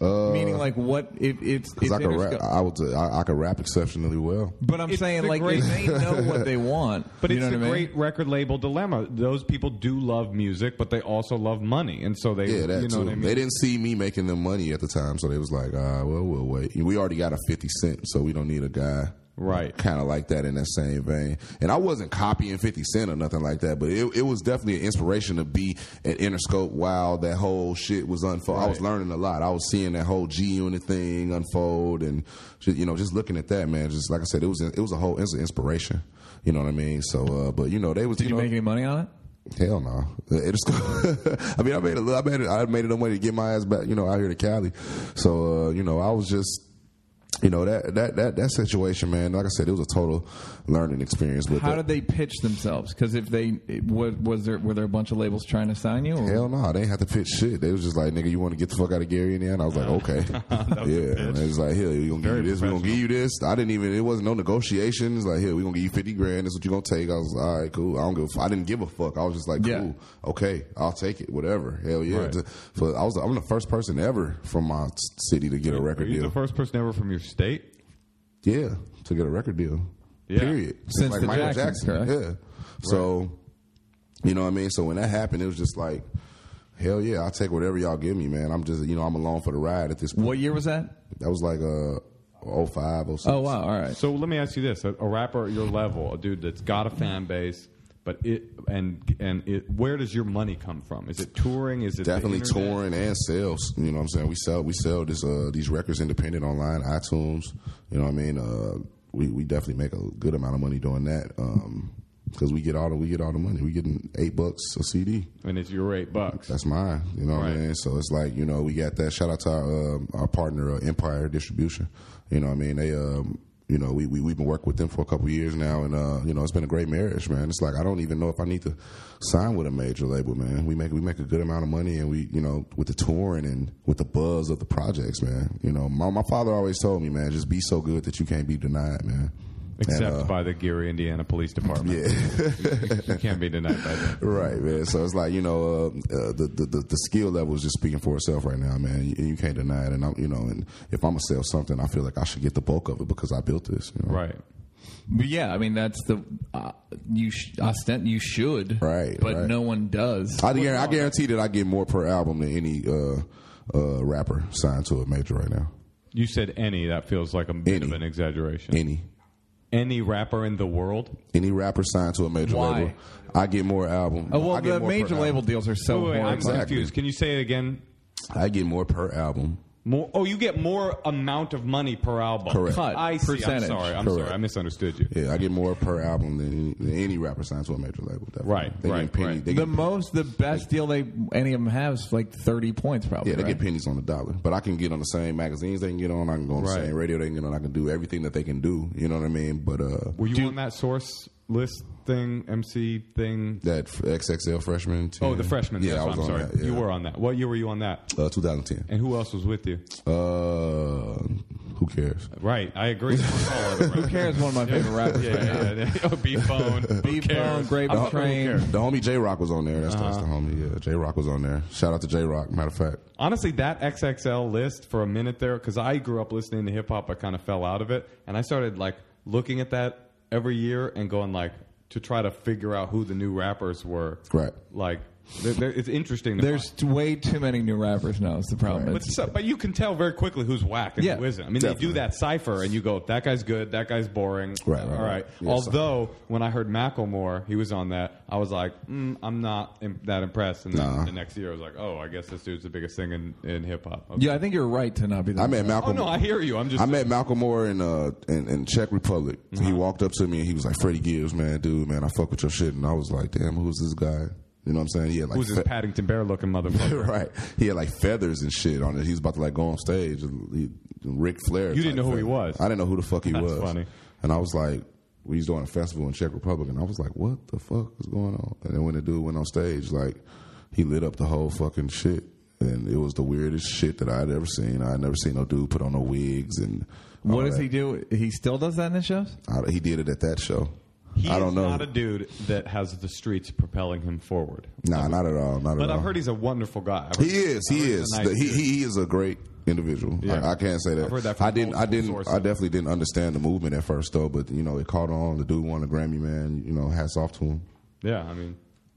Speaker 1: Meaning, like, what? If it's, it's
Speaker 2: Uh, Cause I could rap,
Speaker 1: Interscope.
Speaker 2: I, would, I, I could rap exceptionally well.
Speaker 1: but I'm
Speaker 3: It's
Speaker 1: saying,
Speaker 3: the
Speaker 1: like,
Speaker 3: great-
Speaker 1: if they know what they want,
Speaker 3: But
Speaker 1: you
Speaker 3: it's
Speaker 1: know
Speaker 3: the
Speaker 1: what I mean?
Speaker 3: great record label dilemma. Those people do love music, but they also love money, and so they,
Speaker 2: Yeah, that
Speaker 3: you know
Speaker 2: too.
Speaker 3: what I mean.
Speaker 2: They didn't see me making them money at the time, so they was like, uh, well, we'll wait. We already got a fifty cent, so we don't need a guy
Speaker 3: Right.
Speaker 2: kind of like that in that same vein. And I wasn't copying fifty cent or nothing like that, but it, it was definitely an inspiration to be at Interscope while that whole shit was unfold. I was learning a lot. I was seeing that whole G unit thing unfold and ju- you know, just looking at that, man, just like I said, it was it was a whole it was an inspiration. You know what I mean? So uh, but you know, they was
Speaker 1: Did you,
Speaker 2: know,
Speaker 1: make any money on it?
Speaker 2: Hell no. Interscope. I mean, I made a little, I made it, I made it a way to get my ass back, you know, out here to Cali. So, uh, you know, I was just, you know, that, that, that, that situation, man, like I said, it was a total learning experience. But
Speaker 1: How
Speaker 2: the-
Speaker 1: did they pitch themselves? Because if they it- wa- was there, were there a bunch of labels trying to sign you? Or?
Speaker 2: Hell no, they didn't have to pitch shit. They was just like, nigga, you want to get the fuck out of Gary, Indiana? I was like, okay, yeah. And they was like, here, we gonna give you this, we gonna give you this. I didn't even. It wasn't no negotiations. Like, here, we gonna give you fifty grand. That's what you gonna take. I was like, all right, cool. I don't give. A f-. I didn't give a fuck. I was just like, cool,
Speaker 1: Yeah.
Speaker 2: okay, I'll take it, whatever. Hell yeah.
Speaker 3: Right.
Speaker 2: To- for- I was. I'm the first person ever from my s- city to get a
Speaker 3: Are
Speaker 2: record
Speaker 3: you
Speaker 2: deal.
Speaker 3: the first person ever from your state?
Speaker 2: Yeah, to get a record deal.
Speaker 3: Yeah.
Speaker 2: Period.
Speaker 1: Since the
Speaker 2: Michael
Speaker 1: Jacksons, correct?
Speaker 2: Yeah. So, you know what I mean? So when that happened, it was just like, hell yeah, I'll take whatever y'all give me, man. I'm just, you know, I'm along for the ride at this point.
Speaker 1: What year was that?
Speaker 2: That was like uh, 05, 06.
Speaker 1: Oh wow! All right.
Speaker 3: So let me ask you this: a, a rapper at your level, a dude that's got a fan base, but it and and it, where does your money come from? Is it touring? Is it the
Speaker 2: Definitely
Speaker 3: internet?
Speaker 2: touring and sales. You know what I'm saying? We sell we sell this uh these records independent online, iTunes. You know what I mean? Uh we, we definitely make a good amount of money doing that. Um because we get all the we get all the money. We getting eight bucks a CD.
Speaker 3: And it's your eight bucks.
Speaker 2: That's mine. You know what I
Speaker 3: Right.
Speaker 2: mean? So it's like, you know, we got that. Shout out to our, um, our partner, uh, Empire Distribution. You know what I mean? They, um, you know, we, we, we've been working with them for a couple of years now, and, uh, you know, it's been a great marriage, man. It's like, I don't even know if I need to sign with a major label, man. We make, we make a good amount of money, and we, you know, with the touring and with the buzz of the projects, man. You know, my, my father always told me, man, just be so good that you can't be denied, man.
Speaker 3: Except
Speaker 2: And, uh,
Speaker 3: by the Gary, Indiana Police Department. Yeah. you can't be denied by that.
Speaker 2: Right, man. So it's like you know, uh, uh, the, the the the skill level is just speaking for itself right now, man. You, you can't deny it. And I'm, you know, and if I'm gonna sell something, I feel like I should get the bulk of it because I built this. You know?
Speaker 3: Right.
Speaker 1: But yeah, I mean that's the uh, you sh- ostend you should
Speaker 2: Right,
Speaker 1: but
Speaker 2: right.
Speaker 1: no one does.
Speaker 2: I, guarantee, I guarantee that I get more per album than any uh, uh, rapper signed to a major right now.
Speaker 3: You said any. That feels like a bit
Speaker 2: Any.
Speaker 3: of an exaggeration.
Speaker 2: Any
Speaker 3: Any rapper in the world?
Speaker 2: any rapper signed to a major
Speaker 1: Why?
Speaker 2: label, I get more album.
Speaker 1: Oh, well,
Speaker 2: I get
Speaker 1: the
Speaker 2: more per
Speaker 1: major
Speaker 2: album.
Speaker 1: label deals are so
Speaker 3: Oh, Wait, wait, I'm
Speaker 1: hard.
Speaker 2: Exactly.
Speaker 3: confused. Can you say it again?
Speaker 2: I get more per album.
Speaker 3: More, oh, you get more amount of money per album.
Speaker 2: Correct.
Speaker 1: Cut,
Speaker 3: I see.
Speaker 1: percentage.
Speaker 3: I'm sorry. I'm
Speaker 2: Correct.
Speaker 3: sorry. I misunderstood you.
Speaker 2: Yeah, I get more per album than any, than any rapper signed to a major label. Definitely.
Speaker 3: Right,
Speaker 2: they
Speaker 3: right,
Speaker 2: get penny.
Speaker 3: right.
Speaker 2: They
Speaker 1: The
Speaker 2: get
Speaker 1: most, the best deal they any of them have is like thirty points probably.
Speaker 2: Yeah, they
Speaker 1: right?
Speaker 2: get pennies on the dollar, but I can get on the same magazines they can get on. I can go on the
Speaker 3: Right.
Speaker 2: same radio they can get on. I can do everything that they can do. You know what I mean? But uh,
Speaker 3: Were you on that source list thing, MC thing.
Speaker 2: That f- XXL freshman. Team.
Speaker 3: Oh, the freshman.
Speaker 2: Yeah,
Speaker 3: that's
Speaker 2: I
Speaker 3: what
Speaker 2: was
Speaker 3: I'm
Speaker 2: on
Speaker 3: sorry.
Speaker 2: that, yeah.
Speaker 3: You were on that. What year were you on that?
Speaker 2: Uh, 2010.
Speaker 3: And who else was with you?
Speaker 2: Uh, who cares?
Speaker 3: Right, I agree.
Speaker 1: Who cares? One of my favorite rappers.
Speaker 3: Yeah, yeah, yeah. Oh, B-Phone. Who
Speaker 1: Bone,
Speaker 3: cares?
Speaker 1: Grape
Speaker 2: The-
Speaker 1: Train.
Speaker 2: The homie J Rock was on there. That's, that's the
Speaker 3: Uh-huh.
Speaker 2: homie. Yeah, J Rock was on there. Shout out to J Rock. Matter of fact,
Speaker 3: Honestly, that XXL list for a minute there, because I grew up listening to hip hop, I kind of fell out of it, and I started like looking at that every year and going like to try to figure out who the new rappers were.
Speaker 2: Right.
Speaker 3: Like, they're, they're, it's interesting. To
Speaker 1: There's
Speaker 3: find.
Speaker 1: way too many new rappers now. Is the problem?
Speaker 3: But,
Speaker 1: It's-
Speaker 3: so, but you can tell very quickly who's whack and
Speaker 1: Yeah.
Speaker 3: who isn't. I mean, they
Speaker 2: Definitely.
Speaker 3: do that cipher, and you go, "That guy's good. That guy's boring."
Speaker 2: Right, right,
Speaker 3: All
Speaker 2: right.
Speaker 3: right.
Speaker 2: Yeah,
Speaker 3: Although when I heard Macklemore, he was on that. I was like, mm, "I'm not im- that impressed." And then
Speaker 2: Nah.
Speaker 3: the next year, I was like, "Oh, I guess this dude's the biggest thing in, in hip hop." Okay.
Speaker 1: yeah, I think you're right to not be. The
Speaker 2: I met
Speaker 3: Oh
Speaker 2: Malcolm.
Speaker 3: no, I hear you. I'm just.
Speaker 2: I met Malcolm Moore in uh in, in Czech Republic.
Speaker 3: Uh-huh.
Speaker 2: He walked up to me and he was like, "Freddie Gibbs, man, dude, man, I fuck with your shit." And I was like, "Damn, who's this guy?" You know what I'm saying? He had like
Speaker 3: who's this
Speaker 2: fe-
Speaker 3: Paddington Bear looking motherfucker?
Speaker 2: right. He had like feathers and shit on it. He was about to like go on stage. And he, Rick Flair.
Speaker 3: You didn't
Speaker 2: type
Speaker 3: know who he
Speaker 2: thing.
Speaker 3: was.
Speaker 2: I didn't know who the fuck he
Speaker 3: That's
Speaker 2: was.
Speaker 3: funny.
Speaker 2: And I was like, we was doing a festival in Czech Republic, and I was like, what the fuck is going on? And then when the dude went on stage, like he lit up the whole fucking shit. And it was the weirdest shit that I'd ever seen. I'd never seen no dude put on no wigs and all
Speaker 1: What does
Speaker 2: that.
Speaker 1: he do? He still does that in his shows.
Speaker 2: I, he did it at that show.
Speaker 3: He
Speaker 2: I don't
Speaker 3: is
Speaker 2: know.
Speaker 3: not a dude that has the streets propelling him forward.
Speaker 2: nah, not at all. Not at
Speaker 3: But
Speaker 2: all.
Speaker 3: I've heard he's a wonderful guy. I've heard-
Speaker 2: He is.
Speaker 3: I've
Speaker 2: He
Speaker 3: heard he's
Speaker 2: is.
Speaker 3: a nice
Speaker 2: The- he,
Speaker 3: dude.
Speaker 2: he he is a great individual.
Speaker 3: Yeah.
Speaker 2: I, I can't say that.
Speaker 3: I've heard that from
Speaker 2: I didn't. I
Speaker 3: multiple
Speaker 2: didn't.
Speaker 3: sources.
Speaker 2: I definitely didn't understand the movement at first, though. But you know, it caught on. The dude won a Grammy, man. You know, hats off to him.
Speaker 3: Yeah, I mean,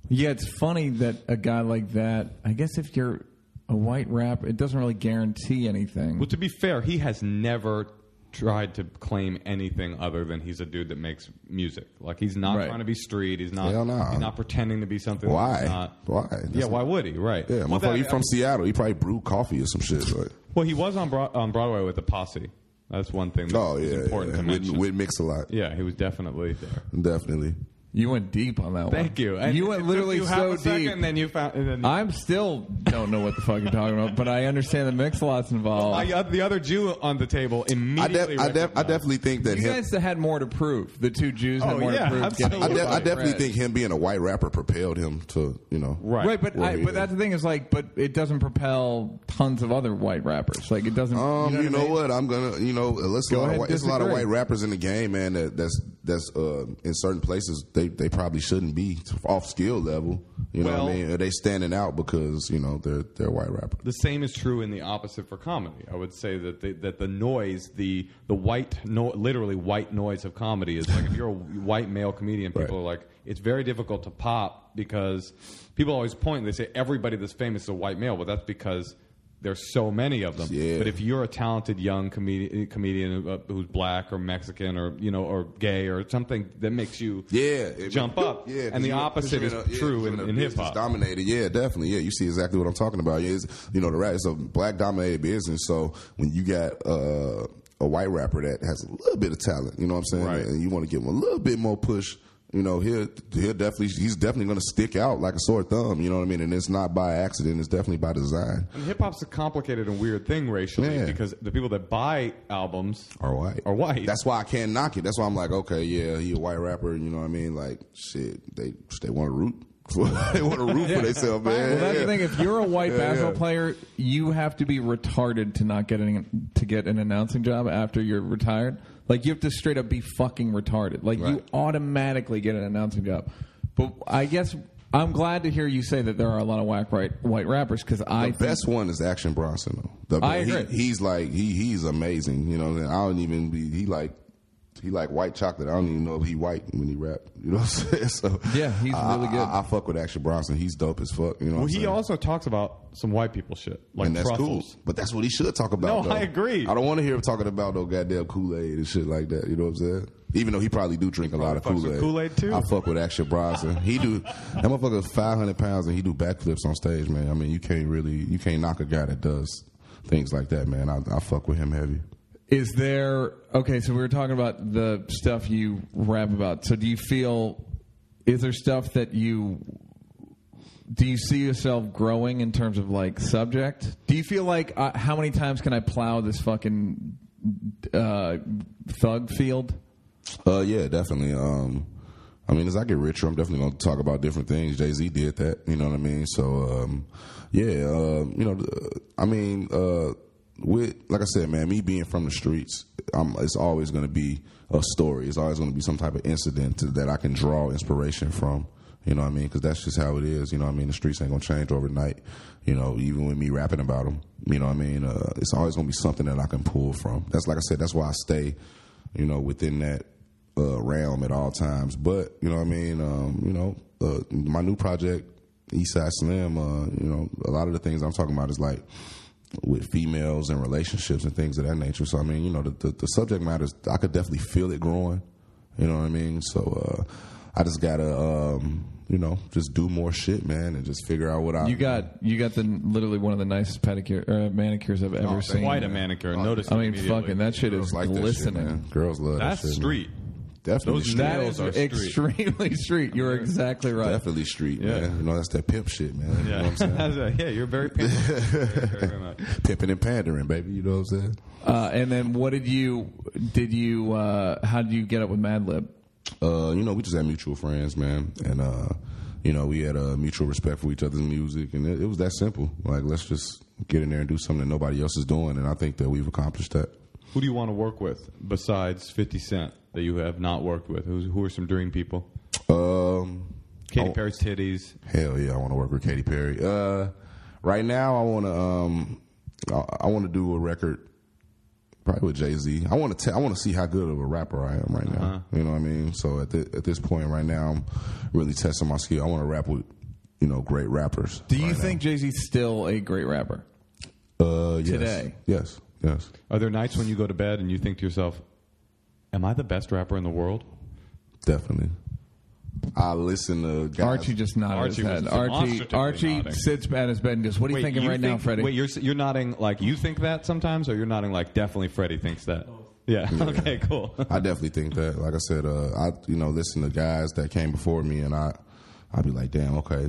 Speaker 1: Yeah, it's funny that a guy like that. I guess if you're a white rapper, it doesn't really guarantee anything.
Speaker 3: well, to be fair, he has never tried to claim anything other than he's a dude that makes music. Like he's not
Speaker 1: Right.
Speaker 3: trying to be street. He's not.
Speaker 2: Hell nah.
Speaker 3: He's not pretending to be something. that
Speaker 2: Why?
Speaker 3: he's not.
Speaker 2: Why?
Speaker 3: yeah,
Speaker 2: That's
Speaker 3: why would he? Right.
Speaker 2: Yeah,
Speaker 3: well,
Speaker 2: motherfucker,
Speaker 3: that-
Speaker 2: he from Seattle. He probably brewed coffee or some shit. Like,
Speaker 3: well, he was on, Broad- on Broadway with the posse. That's one thing. That
Speaker 2: oh
Speaker 3: is
Speaker 2: yeah,
Speaker 3: important
Speaker 2: yeah.
Speaker 3: to
Speaker 2: We'd,
Speaker 3: mention.
Speaker 2: we'd mix a lot.
Speaker 3: yeah, he was definitely there.
Speaker 2: Definitely.
Speaker 1: you went deep on that one.
Speaker 3: Thank you. And
Speaker 1: you went
Speaker 3: it
Speaker 1: literally
Speaker 3: took you half
Speaker 1: so
Speaker 3: a second,
Speaker 1: deep.
Speaker 3: and then you found. And then
Speaker 1: I'm still don't know what the fuck you're talking about, but I understand the mix a lot's involved.
Speaker 3: I, uh, the other Jew on the table
Speaker 2: I,
Speaker 3: immediately.
Speaker 2: def- I, def- I
Speaker 3: recognized-
Speaker 2: definitely think that
Speaker 1: you
Speaker 2: him.
Speaker 1: guys had more to prove. The two Jews had
Speaker 3: Oh,
Speaker 1: more
Speaker 3: yeah,
Speaker 1: to prove.
Speaker 3: absolutely.
Speaker 2: I,
Speaker 1: getting
Speaker 2: de- I
Speaker 1: white
Speaker 2: definitely
Speaker 1: bread.
Speaker 2: think him being a white rapper propelled him to you know
Speaker 3: Right.
Speaker 1: Right, but
Speaker 2: Well,
Speaker 1: I,
Speaker 2: yeah.
Speaker 1: but that's the thing is like, but it doesn't propel tons of other white rappers. Like it doesn't.
Speaker 2: Um, you know,
Speaker 1: I mean?
Speaker 2: what? I'm gonna, you know, let's a lot, of,
Speaker 1: ahead,
Speaker 2: white- it's a lot of
Speaker 1: disagree.
Speaker 2: white rappers in the game, man. That, that's that's uh, in certain places they, they probably shouldn't be off skill level. You know what I
Speaker 3: Well-
Speaker 2: mean? Or they standing out because you know they're they're a white rapper.
Speaker 3: the same is true in the opposite for comedy. I would say that the, that the noise, the the white, no, literally white noise of comedy is like if you're a white male comedian, people
Speaker 2: Right.
Speaker 3: are like, it's very difficult to pop because people always point and they say everybody that's famous is a white male. Well, that's because there's so many of them.
Speaker 2: Yeah.
Speaker 3: But if you're a talented young comedian, comedian who- uh, who's black or Mexican or you know or gay or something that makes you
Speaker 2: Yeah, it-
Speaker 3: jump up,
Speaker 2: Yeah, 'cause
Speaker 3: and the
Speaker 2: you- 'cause
Speaker 3: opposite
Speaker 2: you're
Speaker 3: is
Speaker 2: a- yeah,
Speaker 3: true
Speaker 2: you're
Speaker 3: in,
Speaker 2: a
Speaker 3: in hip
Speaker 2: business
Speaker 3: hop.
Speaker 2: Dominated, yeah, definitely, yeah. You see exactly what I'm talking about. Yeah, it's, you know, the rap is a black dominated business. So when you got uh, a white rapper that has a little bit of talent, you know what I'm saying,
Speaker 3: Right.
Speaker 2: and you want to give him a little bit more push. You know, he'll he'll definitely he's definitely going to stick out like a sore thumb. You know what I mean? And it's not by accident. It's definitely by design.
Speaker 3: And hip hop's a complicated and weird thing racially
Speaker 2: Yeah.
Speaker 3: because the people that buy albums
Speaker 2: Or white.
Speaker 3: Are white.
Speaker 2: That's why I can't knock it. That's why I'm like, okay, yeah, he a white rapper. You know what I mean? Like, shit, they they want to root. For, they want to root for themselves, man.
Speaker 1: Well, that's
Speaker 2: Yeah.
Speaker 1: the thing. If you're a white
Speaker 2: Yeah,
Speaker 1: basketball
Speaker 2: yeah.
Speaker 1: player, you have to be retarded to not get any, to get an announcing job after you're retired. Like you have to straight up be fucking retarded. Like you
Speaker 2: Right.
Speaker 1: automatically get an announcing job. But I guess I'm glad to hear you say that there are a lot of whack right, white rappers because I
Speaker 2: The best one is Action Bronson though. The-
Speaker 1: I
Speaker 2: he-
Speaker 1: agree.
Speaker 2: he's like he he's amazing. You know, what I'm saying? I don't even be he like he like white chocolate. I don't even know if he white when he rap. You know what I'm saying? So
Speaker 1: Yeah, he's
Speaker 2: I-
Speaker 1: really good.
Speaker 2: I, I, I fuck with Action Bronson. He's dope as fuck. You know, what
Speaker 3: well
Speaker 2: I'm
Speaker 3: he
Speaker 2: saying?
Speaker 3: also talks about some white people shit like
Speaker 2: and that's
Speaker 3: truffles
Speaker 2: cool. But that's what he should talk about.
Speaker 3: No,
Speaker 2: though.
Speaker 3: I agree.
Speaker 2: I don't want to hear him talking about no goddamn Kool Aid and shit like that. You know what I'm saying? Even though he probably do drink a lot of
Speaker 3: fucks with
Speaker 2: Kool Aid.
Speaker 3: Kool-Aid, too.
Speaker 2: I fuck with Action Bronson. He do that motherfucker's 500 pounds and he do backflips on stage, man. I mean, you can't really you can't knock a guy that does things like that, man. I, I fuck with him heavy.
Speaker 1: Is there okay? So we were talking about the stuff you rap about. So do you feel? Is there stuff that you? Do you see yourself growing in terms of like subject? Do you feel like uh, how many times can I plow this fucking uh, thug field?
Speaker 2: Uh, yeah, definitely. Um, I mean, as I get richer, I'm definitely going to talk about different things. Jay Z did that, you know what I mean? So, um, yeah, uh, you know, uh, I mean, uh, with like I said, man, me being from the streets, I'm, it's always going to be a story. It's always going to be some type of incident to, that I can draw inspiration from. You know what I mean? Because that's just how it is. You know what I mean? The streets ain't gonna change overnight. You know, even with me rapping about them. You know what I mean? Uh, it's always gonna be something that I can pull from. That's like I said. That's why I stay, you know, within that uh, realm at all times. But you know what I mean? Um, you know, uh, my new project, Eastside Slim. Uh, you know, a lot of the things I'm talking about is like with females and relationships and things of that nature. So I mean, you know, the the, the subject matter is I could definitely feel it growing. You know what I mean? So uh, I just gotta, um, you know, just do more shit, man, and just figure out what I
Speaker 1: You got you got the literally one of the nicest pedicure or manicures I've ever seen.
Speaker 3: Oh, Quite a manicure. Notice.
Speaker 1: I mean, fucking that shit
Speaker 2: Girls
Speaker 1: is
Speaker 2: like that shit,
Speaker 1: glistening.
Speaker 2: man. Girls love
Speaker 3: That's
Speaker 2: that shit, man.
Speaker 3: street.
Speaker 2: Definitely,
Speaker 3: Those
Speaker 2: street.
Speaker 1: that is
Speaker 3: Girls are street.
Speaker 1: extremely street. You're exactly right.
Speaker 2: definitely street, man. You know, that's that pimp shit, man. You know what I'm saying?
Speaker 3: Yeah. yeah, you're very. Very, very much.
Speaker 2: Pimping and pandering, baby. You know what I'm saying?
Speaker 1: Uh, and then what did you did you uh, how did you get up with Madlib?
Speaker 2: uh, you know, we just had mutual friends, man, and uh, you know, we had a mutual respect for each other's music, and it, it was that simple. Like, let's just get in there and do something that nobody else is doing, and I think that we've accomplished that.
Speaker 3: Who do you want to work with besides 50 Cent that you have not worked with? Who's, who are some dream people?
Speaker 2: Um,
Speaker 3: Katy
Speaker 2: Oh.
Speaker 3: Perry's titties.
Speaker 2: hell yeah, I want to work with Katy Perry. Uh, right now, I want to, um, I, I want to do a record. Probably with Jay Z. I want to. T- I want to see how good of a rapper I am right now.
Speaker 1: Uh-huh.
Speaker 2: You know what I mean. So at, thi- at this point right now, I'm really testing my skill. I want to rap with, you know, great rappers.
Speaker 1: Do you think Jay Z's still a great rapper?
Speaker 2: Uh, yes.
Speaker 1: Today.
Speaker 2: Yes, yes.
Speaker 3: Are there nights when you go to bed and you think to yourself, "Am I the best rapper in the world?"
Speaker 2: Definitely. I listen to guys.
Speaker 1: Archie just nodded
Speaker 3: Archie
Speaker 1: his
Speaker 3: was
Speaker 1: head. Archie
Speaker 3: demonstratively
Speaker 1: Archie
Speaker 3: nodding.
Speaker 1: sits at his bed and goes, "What are you thinking right now,
Speaker 3: think-
Speaker 1: Freddie?"
Speaker 3: Wait, you're s- you're nodding like you think that sometimes, or you're nodding like definitely Freddie thinks that. Yeah. okay. Cool.
Speaker 2: I definitely think that. Like I said, uh, I you know listen to guys that came before me, and I I'd be like, damn, okay,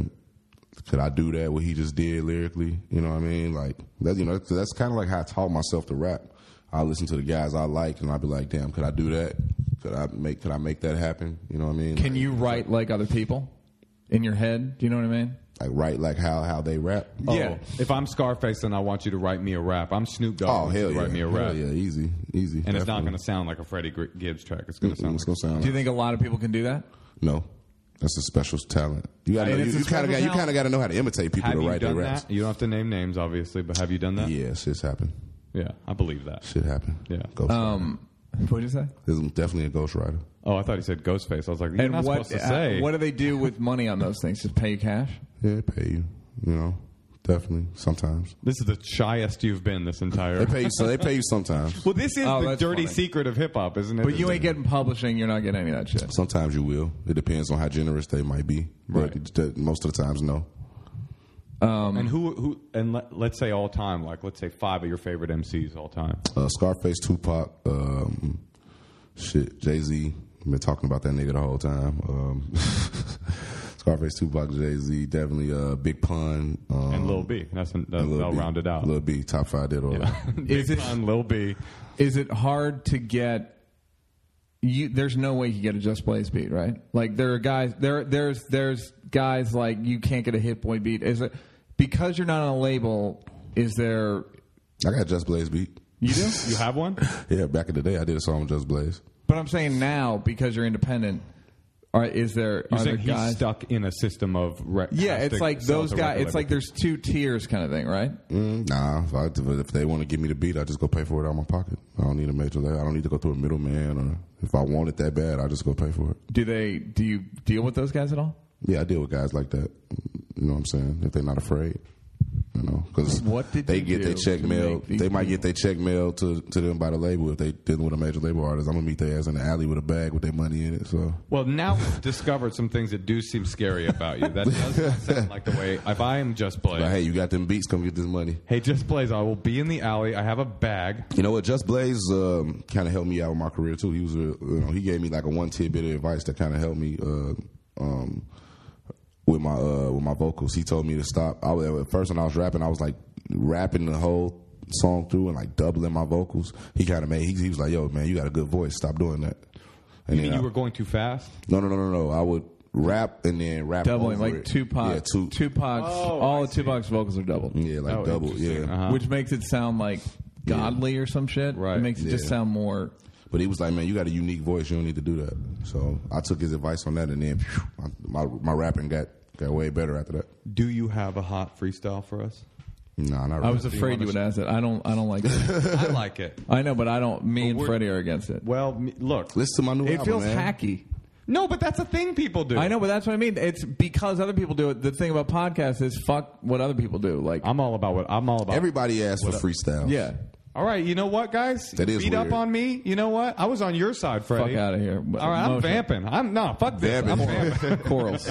Speaker 2: could I do that? What he just did lyrically, you know what I mean? Like that, you know, that's, that's kind of like how I taught myself to rap. I listen to the guys I like, and I'd be like, damn, could I do that? Could I make could I make that happen? You know what I mean?
Speaker 1: Can
Speaker 2: Like-
Speaker 1: you write like other people in your head? Do you know what I mean?
Speaker 2: like write like how how they rap?
Speaker 1: Yeah.
Speaker 3: Oh, if I'm Scarface, then I want you to write me a rap. I'm Snoop Dogg. I
Speaker 2: Oh
Speaker 3: want you
Speaker 2: hell
Speaker 3: to
Speaker 2: yeah!
Speaker 3: Write me a rap.
Speaker 2: Hell yeah, easy, easy.
Speaker 3: And it's not going to sound like a Freddie Gr- Gibbs track. It's going to sound
Speaker 2: It's gonna
Speaker 3: like
Speaker 2: sound.
Speaker 1: Do you think a lot of people can do that?
Speaker 2: No, that's a special talent. You got to
Speaker 1: And
Speaker 2: you,
Speaker 1: it's a
Speaker 2: you kind
Speaker 1: special
Speaker 2: of got you
Speaker 1: talent.
Speaker 2: kind of got to know how to imitate people
Speaker 3: have
Speaker 2: to
Speaker 3: you
Speaker 2: write their
Speaker 3: done
Speaker 2: raps.
Speaker 3: that? You don't have to name names, obviously, but have you done that?
Speaker 2: Yeah, shit's happened.
Speaker 3: Yeah, I believe that.
Speaker 2: Shit happened.
Speaker 3: Yeah.
Speaker 2: Ghost
Speaker 1: Um, what did you say?
Speaker 2: There's definitely a ghostwriter.
Speaker 3: Oh, I thought he said Ghostface. I was like, you're
Speaker 1: And
Speaker 3: not
Speaker 1: what
Speaker 3: supposed to
Speaker 1: uh,
Speaker 3: say.
Speaker 1: what do they do with money on those things? Just pay you cash?
Speaker 2: Yeah, they pay you. You know, definitely sometimes
Speaker 3: this is the shyest you've been this entire.
Speaker 2: they pay you. So they pay you sometimes.
Speaker 3: well, this is
Speaker 1: Oh,
Speaker 3: the
Speaker 1: that's
Speaker 3: dirty
Speaker 1: funny.
Speaker 3: secret of hip hop, isn't it?
Speaker 1: But you ain't getting publishing. You're not getting any of that shit.
Speaker 2: Sometimes you will. It depends on how generous they might be. But
Speaker 3: Right.
Speaker 2: th- most of the times, no.
Speaker 3: and who who and let, let's say all time, like let's say five of your favorite MCs all time.
Speaker 2: Uh, Scarface, Tupac, um, shit, Jay Z. Been talking about that nigga the whole time. Um, Scarface, Tupac, Jay Z, definitely uh, Big Pun, um,
Speaker 3: And Lil B. That's that, that'll
Speaker 2: B.
Speaker 3: round it out.
Speaker 2: Lil B, top five did all that.
Speaker 3: Big
Speaker 1: Is it-
Speaker 3: Pun, Lil B.
Speaker 1: Is it hard to get? You, there's no way you can get a Just Blaze beat, right? Like there are guys there. There's there's guys like you can't get a Hit Boy beat. Is it because you're not on a label? Is there?
Speaker 2: I got Just Blaze beat.
Speaker 1: You do?
Speaker 3: You have one?
Speaker 2: Yeah, back in the day, I did a song with Just Blaze.
Speaker 1: But I'm saying now because you're independent. Are, is there?
Speaker 3: You're
Speaker 1: are there
Speaker 3: saying he's
Speaker 1: guys?
Speaker 3: stuck in a system of re-
Speaker 1: Yeah,
Speaker 3: has
Speaker 1: it's
Speaker 3: to
Speaker 1: like
Speaker 3: sell
Speaker 1: those
Speaker 3: to
Speaker 1: guys.
Speaker 3: record
Speaker 1: It's like
Speaker 3: labels.
Speaker 1: there's two tiers kind of thing, right?
Speaker 2: Mm, nah, if, I, if they want to give me the beat, I just go pay for it out of my pocket. I don't need a major label. I don't need to go through a middleman. Or if I want it that bad, I just go pay for it.
Speaker 1: Do they? Do you deal with those guys at all?
Speaker 2: Yeah, I deal with guys like that. You know what I'm saying? If they're not afraid, you know, because
Speaker 1: What did
Speaker 2: they
Speaker 1: you
Speaker 2: get
Speaker 1: do
Speaker 2: their check
Speaker 1: to
Speaker 2: mail.
Speaker 1: make these
Speaker 2: They might get their check mail to to them by the label if they dealing with a major label artist. I'm gonna meet their ass in the alley with a bag with their money in it. So
Speaker 3: Well, now we've discovered some things that do seem scary about you. That does not sound like the way. If I am Just Blaze,
Speaker 2: like, hey, you got them beats? Come get this money.
Speaker 3: hey, Just Blaze, I will be in the alley. I have a bag.
Speaker 2: You know what? Just Blaze um, kind of helped me out with my career too. He was, a, you know, he gave me like a one tidbit of advice that kind of helped me uh, um, with my uh, with my vocals. He told me to stop. I was, at first when I was rapping, I was like rapping the whole song through and like doubling my vocals. He kind of made. He, he was like, "Yo, man, you got a good voice. Stop doing that." And
Speaker 3: you mean
Speaker 2: then I-
Speaker 3: you were going too fast?
Speaker 2: No, no, no, no, no. I would rap and then rap
Speaker 1: Doubling,
Speaker 2: over
Speaker 1: like
Speaker 2: it.
Speaker 1: Tupac.
Speaker 2: Yeah, two,
Speaker 1: Tupac's,
Speaker 3: Oh,
Speaker 1: all
Speaker 3: I
Speaker 1: of Tupac's vocals are doubled.
Speaker 2: yeah, like
Speaker 3: Oh,
Speaker 2: double,
Speaker 3: interesting.
Speaker 2: yeah.
Speaker 3: Uh-huh.
Speaker 1: Which makes it sound like godly or some shit.
Speaker 3: Right.
Speaker 1: It makes it just
Speaker 2: Yeah.
Speaker 1: sound more.
Speaker 2: But he was like, "Man, you got a unique voice. You don't need to do that." So I took his advice on that, and then phew, my, my my rapping got got way better after that.
Speaker 3: Do you have a hot freestyle for us?
Speaker 2: Nah, not.
Speaker 1: I was
Speaker 2: really.
Speaker 1: afraid you would ask that. I don't. I don't like. It.
Speaker 3: I like it.
Speaker 1: I know, but I don't. Me and
Speaker 3: we're-
Speaker 1: Freddie are against it.
Speaker 3: Well, m- look.
Speaker 2: Listen to my new
Speaker 1: It
Speaker 2: album,
Speaker 1: feels
Speaker 2: man.
Speaker 1: hacky.
Speaker 3: No, but that's a thing people do.
Speaker 1: I know, but that's what I mean. It's because other people do it. The thing about podcasts is fuck what other people do. Like,
Speaker 3: I'm all about what I'm all about.
Speaker 2: Everybody asks for freestyles.
Speaker 1: yeah,
Speaker 3: all right, you know what, guys?
Speaker 2: That is
Speaker 3: Beat up
Speaker 2: weird.
Speaker 3: on me. You know what? I was on your side, Freddie.
Speaker 1: fuck out of here.
Speaker 3: All right, I'm vamping. I'm no fuck this. I'm
Speaker 2: Vamping.
Speaker 3: vamping.
Speaker 1: Corals.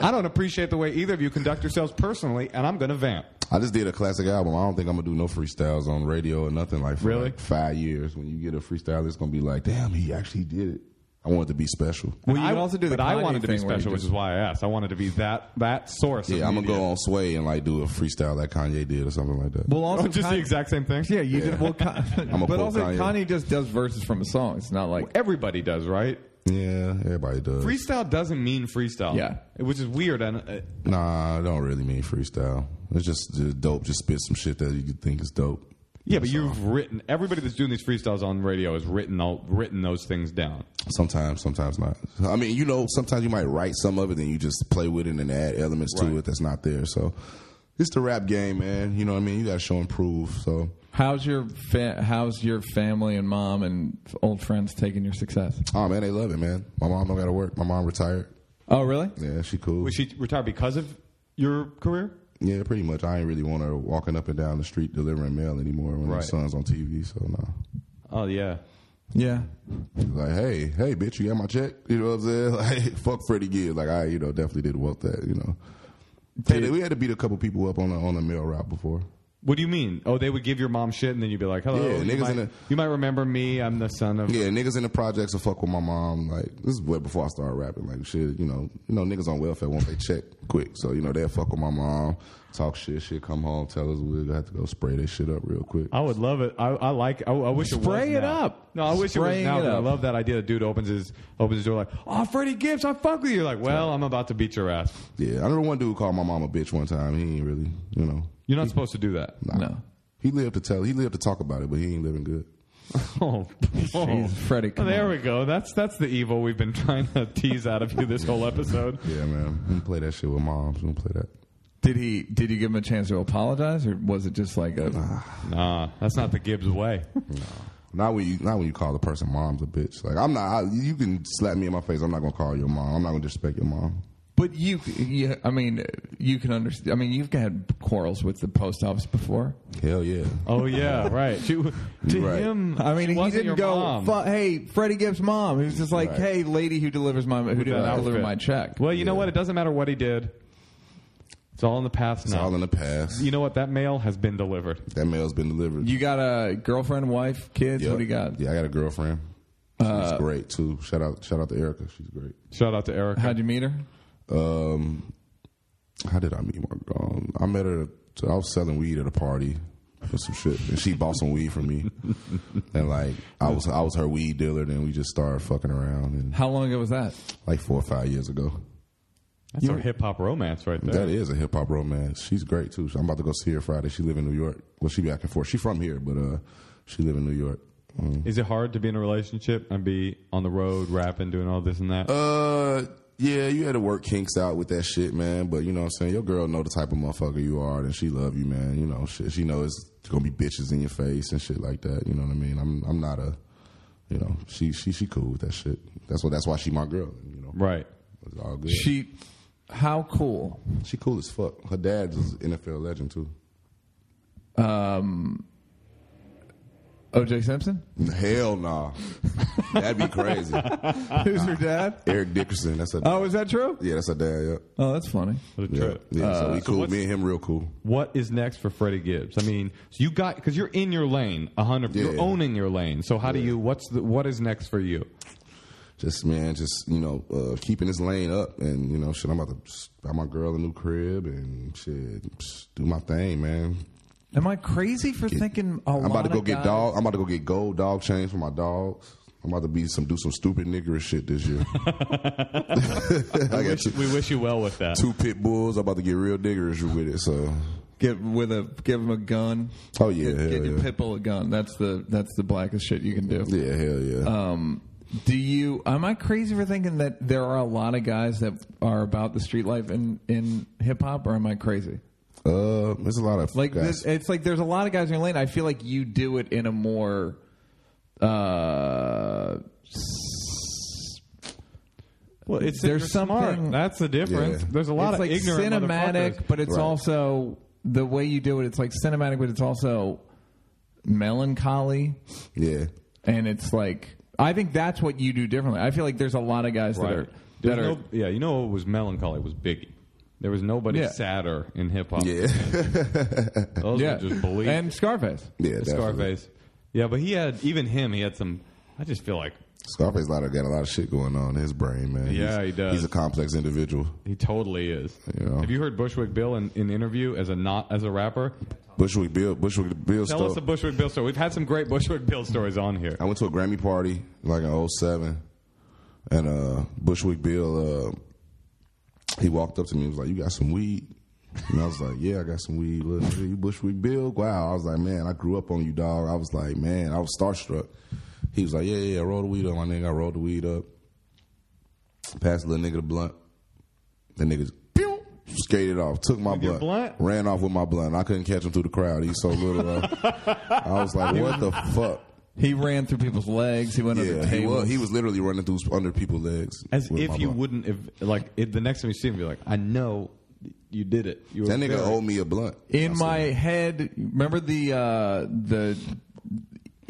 Speaker 3: I don't appreciate the way either of you conduct yourselves personally, and I'm going to vamp.
Speaker 2: I just did a classic album. I don't think I'm gonna do no freestyles on radio or nothing like for
Speaker 3: Really?
Speaker 2: like five years. When you get a freestyle, it's gonna be like, "Damn, he actually did it." I want it to be special.
Speaker 1: Well, you
Speaker 3: I,
Speaker 1: can also do the
Speaker 3: but I
Speaker 1: Kanye
Speaker 3: wanted to be
Speaker 1: thing where you
Speaker 3: special, which
Speaker 1: just-
Speaker 3: is why I asked. I wanted to be that that source.
Speaker 2: Yeah,
Speaker 3: of
Speaker 2: I'm gonna
Speaker 3: media.
Speaker 2: go on Sway and like do a freestyle like Kanye did or something like that.
Speaker 1: Well, also
Speaker 3: just
Speaker 1: Kanye-
Speaker 3: the exact same thing.
Speaker 1: Yeah, you did. Well, Con-
Speaker 2: a
Speaker 1: but
Speaker 2: quote
Speaker 1: also
Speaker 2: Kanye.
Speaker 1: Kanye just does verses from a song. It's not like
Speaker 3: everybody does, right?
Speaker 2: yeah, everybody does.
Speaker 3: Freestyle doesn't mean freestyle.
Speaker 1: Yeah.
Speaker 3: which is weird. And uh,
Speaker 2: Nah, I don't really mean freestyle. It's just, just dope. Just spit some shit that you think is dope.
Speaker 3: yeah, but you've written everybody that's doing these freestyles on radio has written all written those things down.
Speaker 2: Sometimes, sometimes not. I mean, you know, sometimes you might write some of it and you just play with it and add elements
Speaker 3: Right.
Speaker 2: to it that's not there. So it's the rap game, man. You know what I mean? You got to show and prove. So
Speaker 1: how's your fa- how's your family and mom and f- old friends taking your success?
Speaker 2: oh man, they love it, man. My mom don't got to work. My mom retired.
Speaker 1: Oh, really?
Speaker 2: Yeah, she cool.
Speaker 3: Was she retired because of your career?
Speaker 2: yeah, pretty much. I ain't really want her walking up and down the street delivering mail anymore when
Speaker 3: Right.
Speaker 2: her son's on TV. So no.
Speaker 3: Oh yeah,
Speaker 1: Yeah.
Speaker 2: Like, hey, hey, bitch, you got my check? You know what I'm saying? Like, fuck Freddie Gibbs. Like, I, you know, definitely didn't want that, you know. Hey, we had to beat a couple people up on a, on a mail route before.
Speaker 3: What do you mean? Oh, they would give your mom shit, and then you'd be like, "Hello,
Speaker 2: Yeah,
Speaker 3: you,
Speaker 2: niggas
Speaker 3: might,
Speaker 2: in the-
Speaker 3: you might remember me. I'm the son of."
Speaker 2: Yeah, niggas in the projects will fuck with my mom. Like, this is way before I started rapping. Like, shit, you know, you know, niggas on welfare want they check quick. So, you know, they'll fuck with my mom, talk shit, shit, come home, tell us we're gonna have to go spray this shit up real quick.
Speaker 3: I would love it. I, I like. I, I wish it was
Speaker 1: Spray it
Speaker 3: now.
Speaker 1: up.
Speaker 3: No, I wish
Speaker 1: Spraying
Speaker 3: it
Speaker 1: it
Speaker 3: was now. but I
Speaker 1: up.
Speaker 3: love that idea. The dude opens his opens his door like, "Oh, Freddie Gibbs, I fuck with you." Like, well, I'm about to beat your ass.
Speaker 2: Yeah, I remember one dude called my mom a bitch one time. He ain't really, you know,
Speaker 3: You're not supposed to do that.
Speaker 2: nah.
Speaker 1: No.
Speaker 2: He lived to tell, he lived to talk about it, but he ain't living good.
Speaker 3: Oh, oh.
Speaker 1: Jesus, Freddie,
Speaker 3: Oh,
Speaker 1: come
Speaker 3: there
Speaker 1: on.
Speaker 3: we go. That's that's the evil we've been trying to tease out of you this whole episode.
Speaker 2: Yeah, man. I'm gonna play that shit with moms. I'm gonna play that.
Speaker 1: Did he? Did you give him a chance to apologize, or was it just like a?
Speaker 3: Nah, that's not the Gibbs way.
Speaker 2: Not when you not when you call the person mom's a bitch. Like I'm not. I, you can slap me in my face. I'm not gonna call your mom. I'm not gonna disrespect your mom.
Speaker 1: But you, yeah, I mean, you can understand. I mean, you've had quarrels with the post office before.
Speaker 2: Hell yeah.
Speaker 3: Oh yeah, right. She, to
Speaker 2: Right.
Speaker 3: him,
Speaker 1: I mean,
Speaker 3: she
Speaker 1: he
Speaker 3: wasn't
Speaker 1: didn't
Speaker 3: your
Speaker 1: go,
Speaker 3: mom.
Speaker 1: "Fu- "Hey, Freddie Gibbs' mom." He was just like,
Speaker 2: Right.
Speaker 1: "Hey, lady who delivers my who
Speaker 3: that
Speaker 1: delivered
Speaker 3: outfit.
Speaker 1: my check."
Speaker 3: Well, you know what? It doesn't matter what he did. It's all in the past
Speaker 2: It's
Speaker 3: now.
Speaker 2: all in the past.
Speaker 3: you know what? That mail has been delivered.
Speaker 2: that mail's been delivered.
Speaker 1: You got a girlfriend, wife, kids?
Speaker 2: Yeah.
Speaker 1: What do you got?
Speaker 2: Yeah, I got a girlfriend. She's great too. Shout out, shout out to Erica. She's great.
Speaker 3: Shout out to Erica.
Speaker 1: How'd you meet her?
Speaker 2: Um, how did I meet my girl? Um, I met her. I was selling weed at a party or some shit, and she bought some weed from me. And like, I was I was her weed dealer. Then we just started fucking around, and
Speaker 1: How long ago was that?
Speaker 2: like four or five years ago.
Speaker 3: That's our hip hop romance right there.
Speaker 2: That is a hip hop romance. She's great too. I'm about to go see her Friday. She live in New York. Well, she back and forth. She from here, but uh, she live in New York. Mm.
Speaker 3: Is it hard to be in a relationship and be on the road rapping, doing all this and that?
Speaker 2: Uh, yeah, you had to work kinks out with that shit, man. But you know what I'm saying. Your girl know the type of motherfucker you are, and she love you, man. You know, shit. She knows it's gonna be bitches in your face and shit like that. You know what I mean? I'm I'm not a, you know, she she she cool with that shit. That's what that's why she my girl. You know,
Speaker 3: right.
Speaker 2: It's all good. She,
Speaker 1: She, how cool?
Speaker 2: she cool as fuck. Her dad's an NFL legend too.
Speaker 1: OJ Simpson?
Speaker 2: Hell nah, that'd be crazy.
Speaker 1: Who's her dad?
Speaker 2: Eric Dickerson. That's a
Speaker 1: Oh, is that true?
Speaker 2: Yeah, that's her dad. Yeah.
Speaker 1: Oh, that's funny.
Speaker 3: What a
Speaker 2: Yeah,
Speaker 3: trip.
Speaker 2: yeah
Speaker 1: Uh,
Speaker 2: so we cool.
Speaker 3: what's-
Speaker 2: Me and him real cool.
Speaker 3: What is next for Freddie Gibbs? I mean, so you got because you're in your lane, a hundred. You're
Speaker 2: Yeah.
Speaker 3: owning your lane. So how do you? What's the, what is next for you?
Speaker 2: Just man, just you know, uh, keeping this lane up, and you know, shit. I'm about to buy my girl a new crib and shit. psh, Do my thing, man.
Speaker 1: Am I crazy for thinking? A
Speaker 2: I'm
Speaker 1: lot
Speaker 2: about to go
Speaker 1: of
Speaker 2: get
Speaker 1: guys-
Speaker 2: dog. I'm about to go get gold dog chains for my dogs. I'm about to be some do some stupid niggerish shit this year. I got two,
Speaker 6: We wish you well with that.
Speaker 2: two pit bulls. I'm about to get real niggerish with it. So,
Speaker 1: Get with a give him a gun.
Speaker 2: oh yeah, hell
Speaker 1: Get your
Speaker 2: yeah.
Speaker 1: pit bull a gun. That's the that's the blackest shit you can do.
Speaker 2: yeah, hell yeah.
Speaker 1: Um, do you? Am I crazy for thinking that there are a lot of guys that are about the street life in in hip hop, or am I crazy?
Speaker 2: Uh, there's a lot of
Speaker 1: Like
Speaker 2: guys.
Speaker 1: this, it's like there's a lot of guys in your lane. I feel like you do it in a more uh, s-
Speaker 6: Well, it's
Speaker 1: There's
Speaker 6: there's smart.
Speaker 1: something-
Speaker 6: That's the difference.
Speaker 2: Yeah.
Speaker 6: There's a lot
Speaker 1: it's
Speaker 6: of
Speaker 1: like
Speaker 6: ignorant
Speaker 1: cinematic,
Speaker 6: motherfuckers.
Speaker 1: but it's
Speaker 2: Right.
Speaker 1: also the way you do it. It's like cinematic, but it's also melancholy,
Speaker 2: Yeah,
Speaker 1: and it's like I think that's what you do differently. I feel like there's a lot of guys that
Speaker 3: Right.
Speaker 1: are
Speaker 3: There's
Speaker 1: that are.
Speaker 3: no- yeah, you know what was melancholy was Biggie. There was nobody
Speaker 1: Yeah.
Speaker 3: sadder in hip hop.
Speaker 2: yeah,
Speaker 3: Those
Speaker 1: yeah,
Speaker 3: are just bleak.
Speaker 1: and Scarface.
Speaker 2: yeah. definitely.
Speaker 3: Scarface. Yeah, but he had even him. He had some. I just feel like
Speaker 2: Scarface, lot of got a lot of shit going on in his brain, man.
Speaker 3: Yeah,
Speaker 2: He's-
Speaker 3: he does.
Speaker 2: He's a complex individual.
Speaker 3: he totally is.
Speaker 2: Yeah.
Speaker 3: Have you heard Bushwick Bill in an interview as a not as a rapper?
Speaker 2: Bushwick Bill, Bushwick Bill
Speaker 3: Tell us
Speaker 2: stuff.
Speaker 3: a Bushwick Bill story. We've had some great Bushwick Bill stories on here.
Speaker 2: I went to a Grammy party like in 07 and uh Bushwick Bill uh he walked up to me and was like, You got some weed? And I was like, Yeah, I got some weed. Look, nigga, you Bushwick Bill? Wow. I was like, Man, I grew up on you, dog. I was like, Man, I was starstruck. He was like, Yeah, yeah, roll the weed up, my nigga. I rolled the weed up. Passed the little nigga the blunt. The nigga just, pew, skated off, took my
Speaker 3: your
Speaker 2: blunt,
Speaker 3: blunt?
Speaker 2: ran off with my blunt. I couldn't catch him through the crowd. He's so little. Uh, I was like, What the fuck?
Speaker 1: He ran through people's legs. He went
Speaker 2: Yeah,
Speaker 1: under
Speaker 2: he
Speaker 1: tables.
Speaker 2: was. He was literally running through under people's legs.
Speaker 3: As
Speaker 2: with my
Speaker 3: if you
Speaker 2: blunt.
Speaker 3: wouldn't, if like if the next time you see him, be like, I know you did it. You were
Speaker 2: That nigga
Speaker 3: very-
Speaker 2: owed me a blunt.
Speaker 1: In
Speaker 2: I said,
Speaker 1: my head, remember the uh, the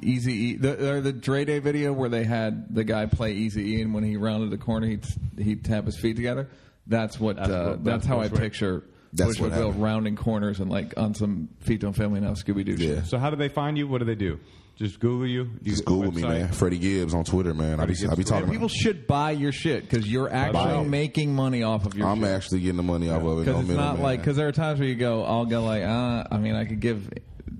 Speaker 1: Easy E, the, or the Dre Day video where they had the guy play Easy E, and when he rounded the corner, he'd he'd tap his feet together. That's what.
Speaker 3: That's
Speaker 1: uh, that's
Speaker 3: what- that's
Speaker 1: how I
Speaker 3: Bushwick.
Speaker 1: picture
Speaker 2: That's
Speaker 1: Bushwick
Speaker 2: what
Speaker 1: Bill
Speaker 2: happened.
Speaker 1: rounding corners and like on some feet don't family now Scooby Doo
Speaker 2: Yeah.
Speaker 1: shit.
Speaker 3: So how do they find you? What do they do? Just Google you. Do you
Speaker 2: Just
Speaker 3: get a
Speaker 2: Google me,
Speaker 3: website?
Speaker 2: man. Freddie Gibbs on Twitter, man. I be,
Speaker 3: Freddie
Speaker 2: I be
Speaker 3: Gibbs.
Speaker 2: talking.
Speaker 1: And people
Speaker 2: About,
Speaker 1: should buy your shit because you're
Speaker 2: Buy
Speaker 1: actually
Speaker 2: it.
Speaker 1: making money off of your.
Speaker 2: I'm
Speaker 1: shit.
Speaker 2: actually getting the money off of it.
Speaker 1: Because
Speaker 2: no
Speaker 1: it's not
Speaker 2: middleman.
Speaker 1: like because there are times where you go, I'll go like, uh, I mean, I could give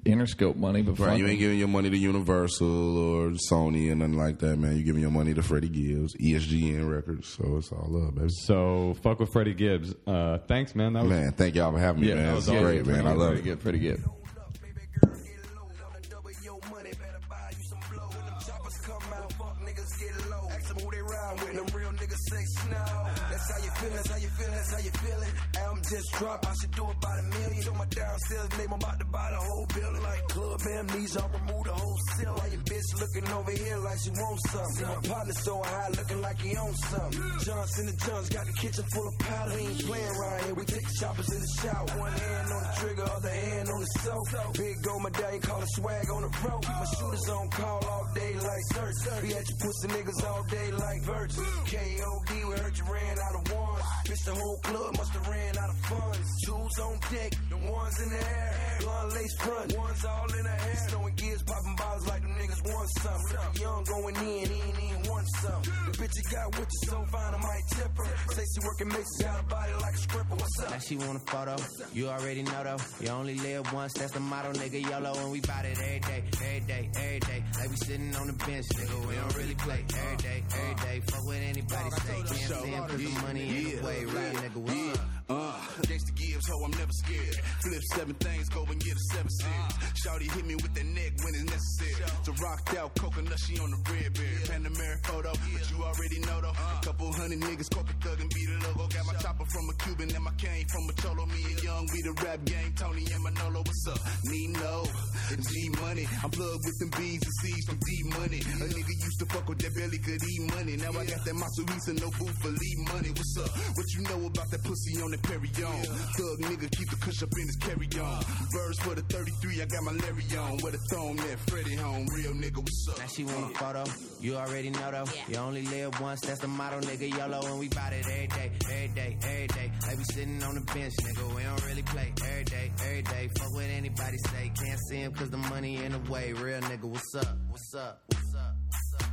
Speaker 1: Interscope money, but
Speaker 2: Right,
Speaker 1: fuck
Speaker 2: you
Speaker 1: it.
Speaker 2: ain't giving your money to Universal or Sony or nothing like that, man. You giving your money to Freddie Gibbs, E ESGN Records. So it's all love, baby.
Speaker 3: So fuck with Freddie Gibbs. Uh, thanks, man. That was
Speaker 2: Man, thank y'all for having me,
Speaker 1: Yeah, that
Speaker 2: man.
Speaker 1: was
Speaker 2: It's great,
Speaker 1: awesome.
Speaker 2: man. I
Speaker 1: Pretty
Speaker 2: love
Speaker 1: good,
Speaker 2: it.
Speaker 1: Pretty good. Pretty good.
Speaker 4: Load up, baby girl, get low. On the double yo money, better buy you some blow. When them choppers come out, fuck niggas get low. Ask them who they ride with, them real niggas say snow. That's how you feel, that's how you feel, that's how you feeling. I'm just dropped, I should do about a million. On my downstairs name, I'm about to buy the whole building. Like club amnesia, I'll remove the whole cell. Why your bitch looking over here like she wants something? See my partner so high, looking like he owns something. Johnson and John's got the kitchen full of powder. We ain't playing around here, we take choppers in the shower. One hand on the trigger, other hand on the soap. Big gold medallion, call it swag on the rope. My shooters on call all day like search. We at your pussy niggas all day like virgins. KOD, we heard you ran out of ones. Bitch, the whole club must have ran out of funds. Shoes on deck, the ones in the air. Blonde lace front, ones all in the air. Snowing gears, popping bottles like them niggas want something. Young going in, he ain't even want something. The bitch you got with you so fine, I might tip her. Say she working makes out of body like a stripper. What's up?
Speaker 7: Now she want a photo, you already know though. You only live once, that's the motto, nigga. YOLO, and we bout it every day, every day, every day. Like we sitting on the bench, nigga. We don't really play every day, every day. Fuck what anybody say. Can't stand put the money in the way, right, nigga? What's up?
Speaker 8: Uh, Gangsta Gibbs, ho, I'm never scared. Flip seven things, go and get a seven series. Shawty hit me with that neck when it's necessary. So rocked out coconut, she on the red berry. Panamera photo, but you already know though.
Speaker 4: Uh.
Speaker 8: A couple hundred niggas, corporate thug and beat the logo. Got my chopper from a Cuban and my cane from a cholo. Me and Young, we the rap gang. Tony and Manolo, what's up? Nino, G Money. I'm plugged with them B's and C's from D Money. A nigga used to fuck with that belly, could eat money. Now I got that Maserati, no boo for lead money. What's up? What you know about that pussy on the Perry on? Thug nigga, keep the cush up in his carry on. Birds for the 33, I got my Larry on. Where the thong at? Freddy home. Real nigga, what's up?
Speaker 7: Now she want a photo, you already know though. You only live once, that's the motto, nigga. YOLO, and we bout it every day, every day, every day. Like we sitting on the bench, nigga. We don't really play every day, every day. Fuck what anybody say. Can't see him cause the money in the way. Real nigga, what's up? What's up? What's up? What's up? What's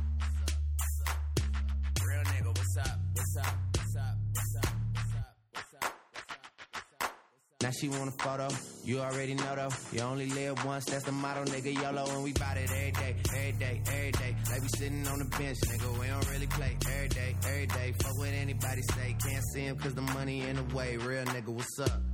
Speaker 7: up? What's up? What's up? Real nigga, what's up? What's up? What's up? What's up? What's up? What's up? What's up? What's up? Now now she want a photo. You already know though, you only live once, that's the motto, nigga. YOLO, and we bout it every day, every day, every day. Like we sitting on the bench, nigga, we don't really play every day, every day. Fuck what anybody say, can't see him cause the money in the way. Real nigga, what's up?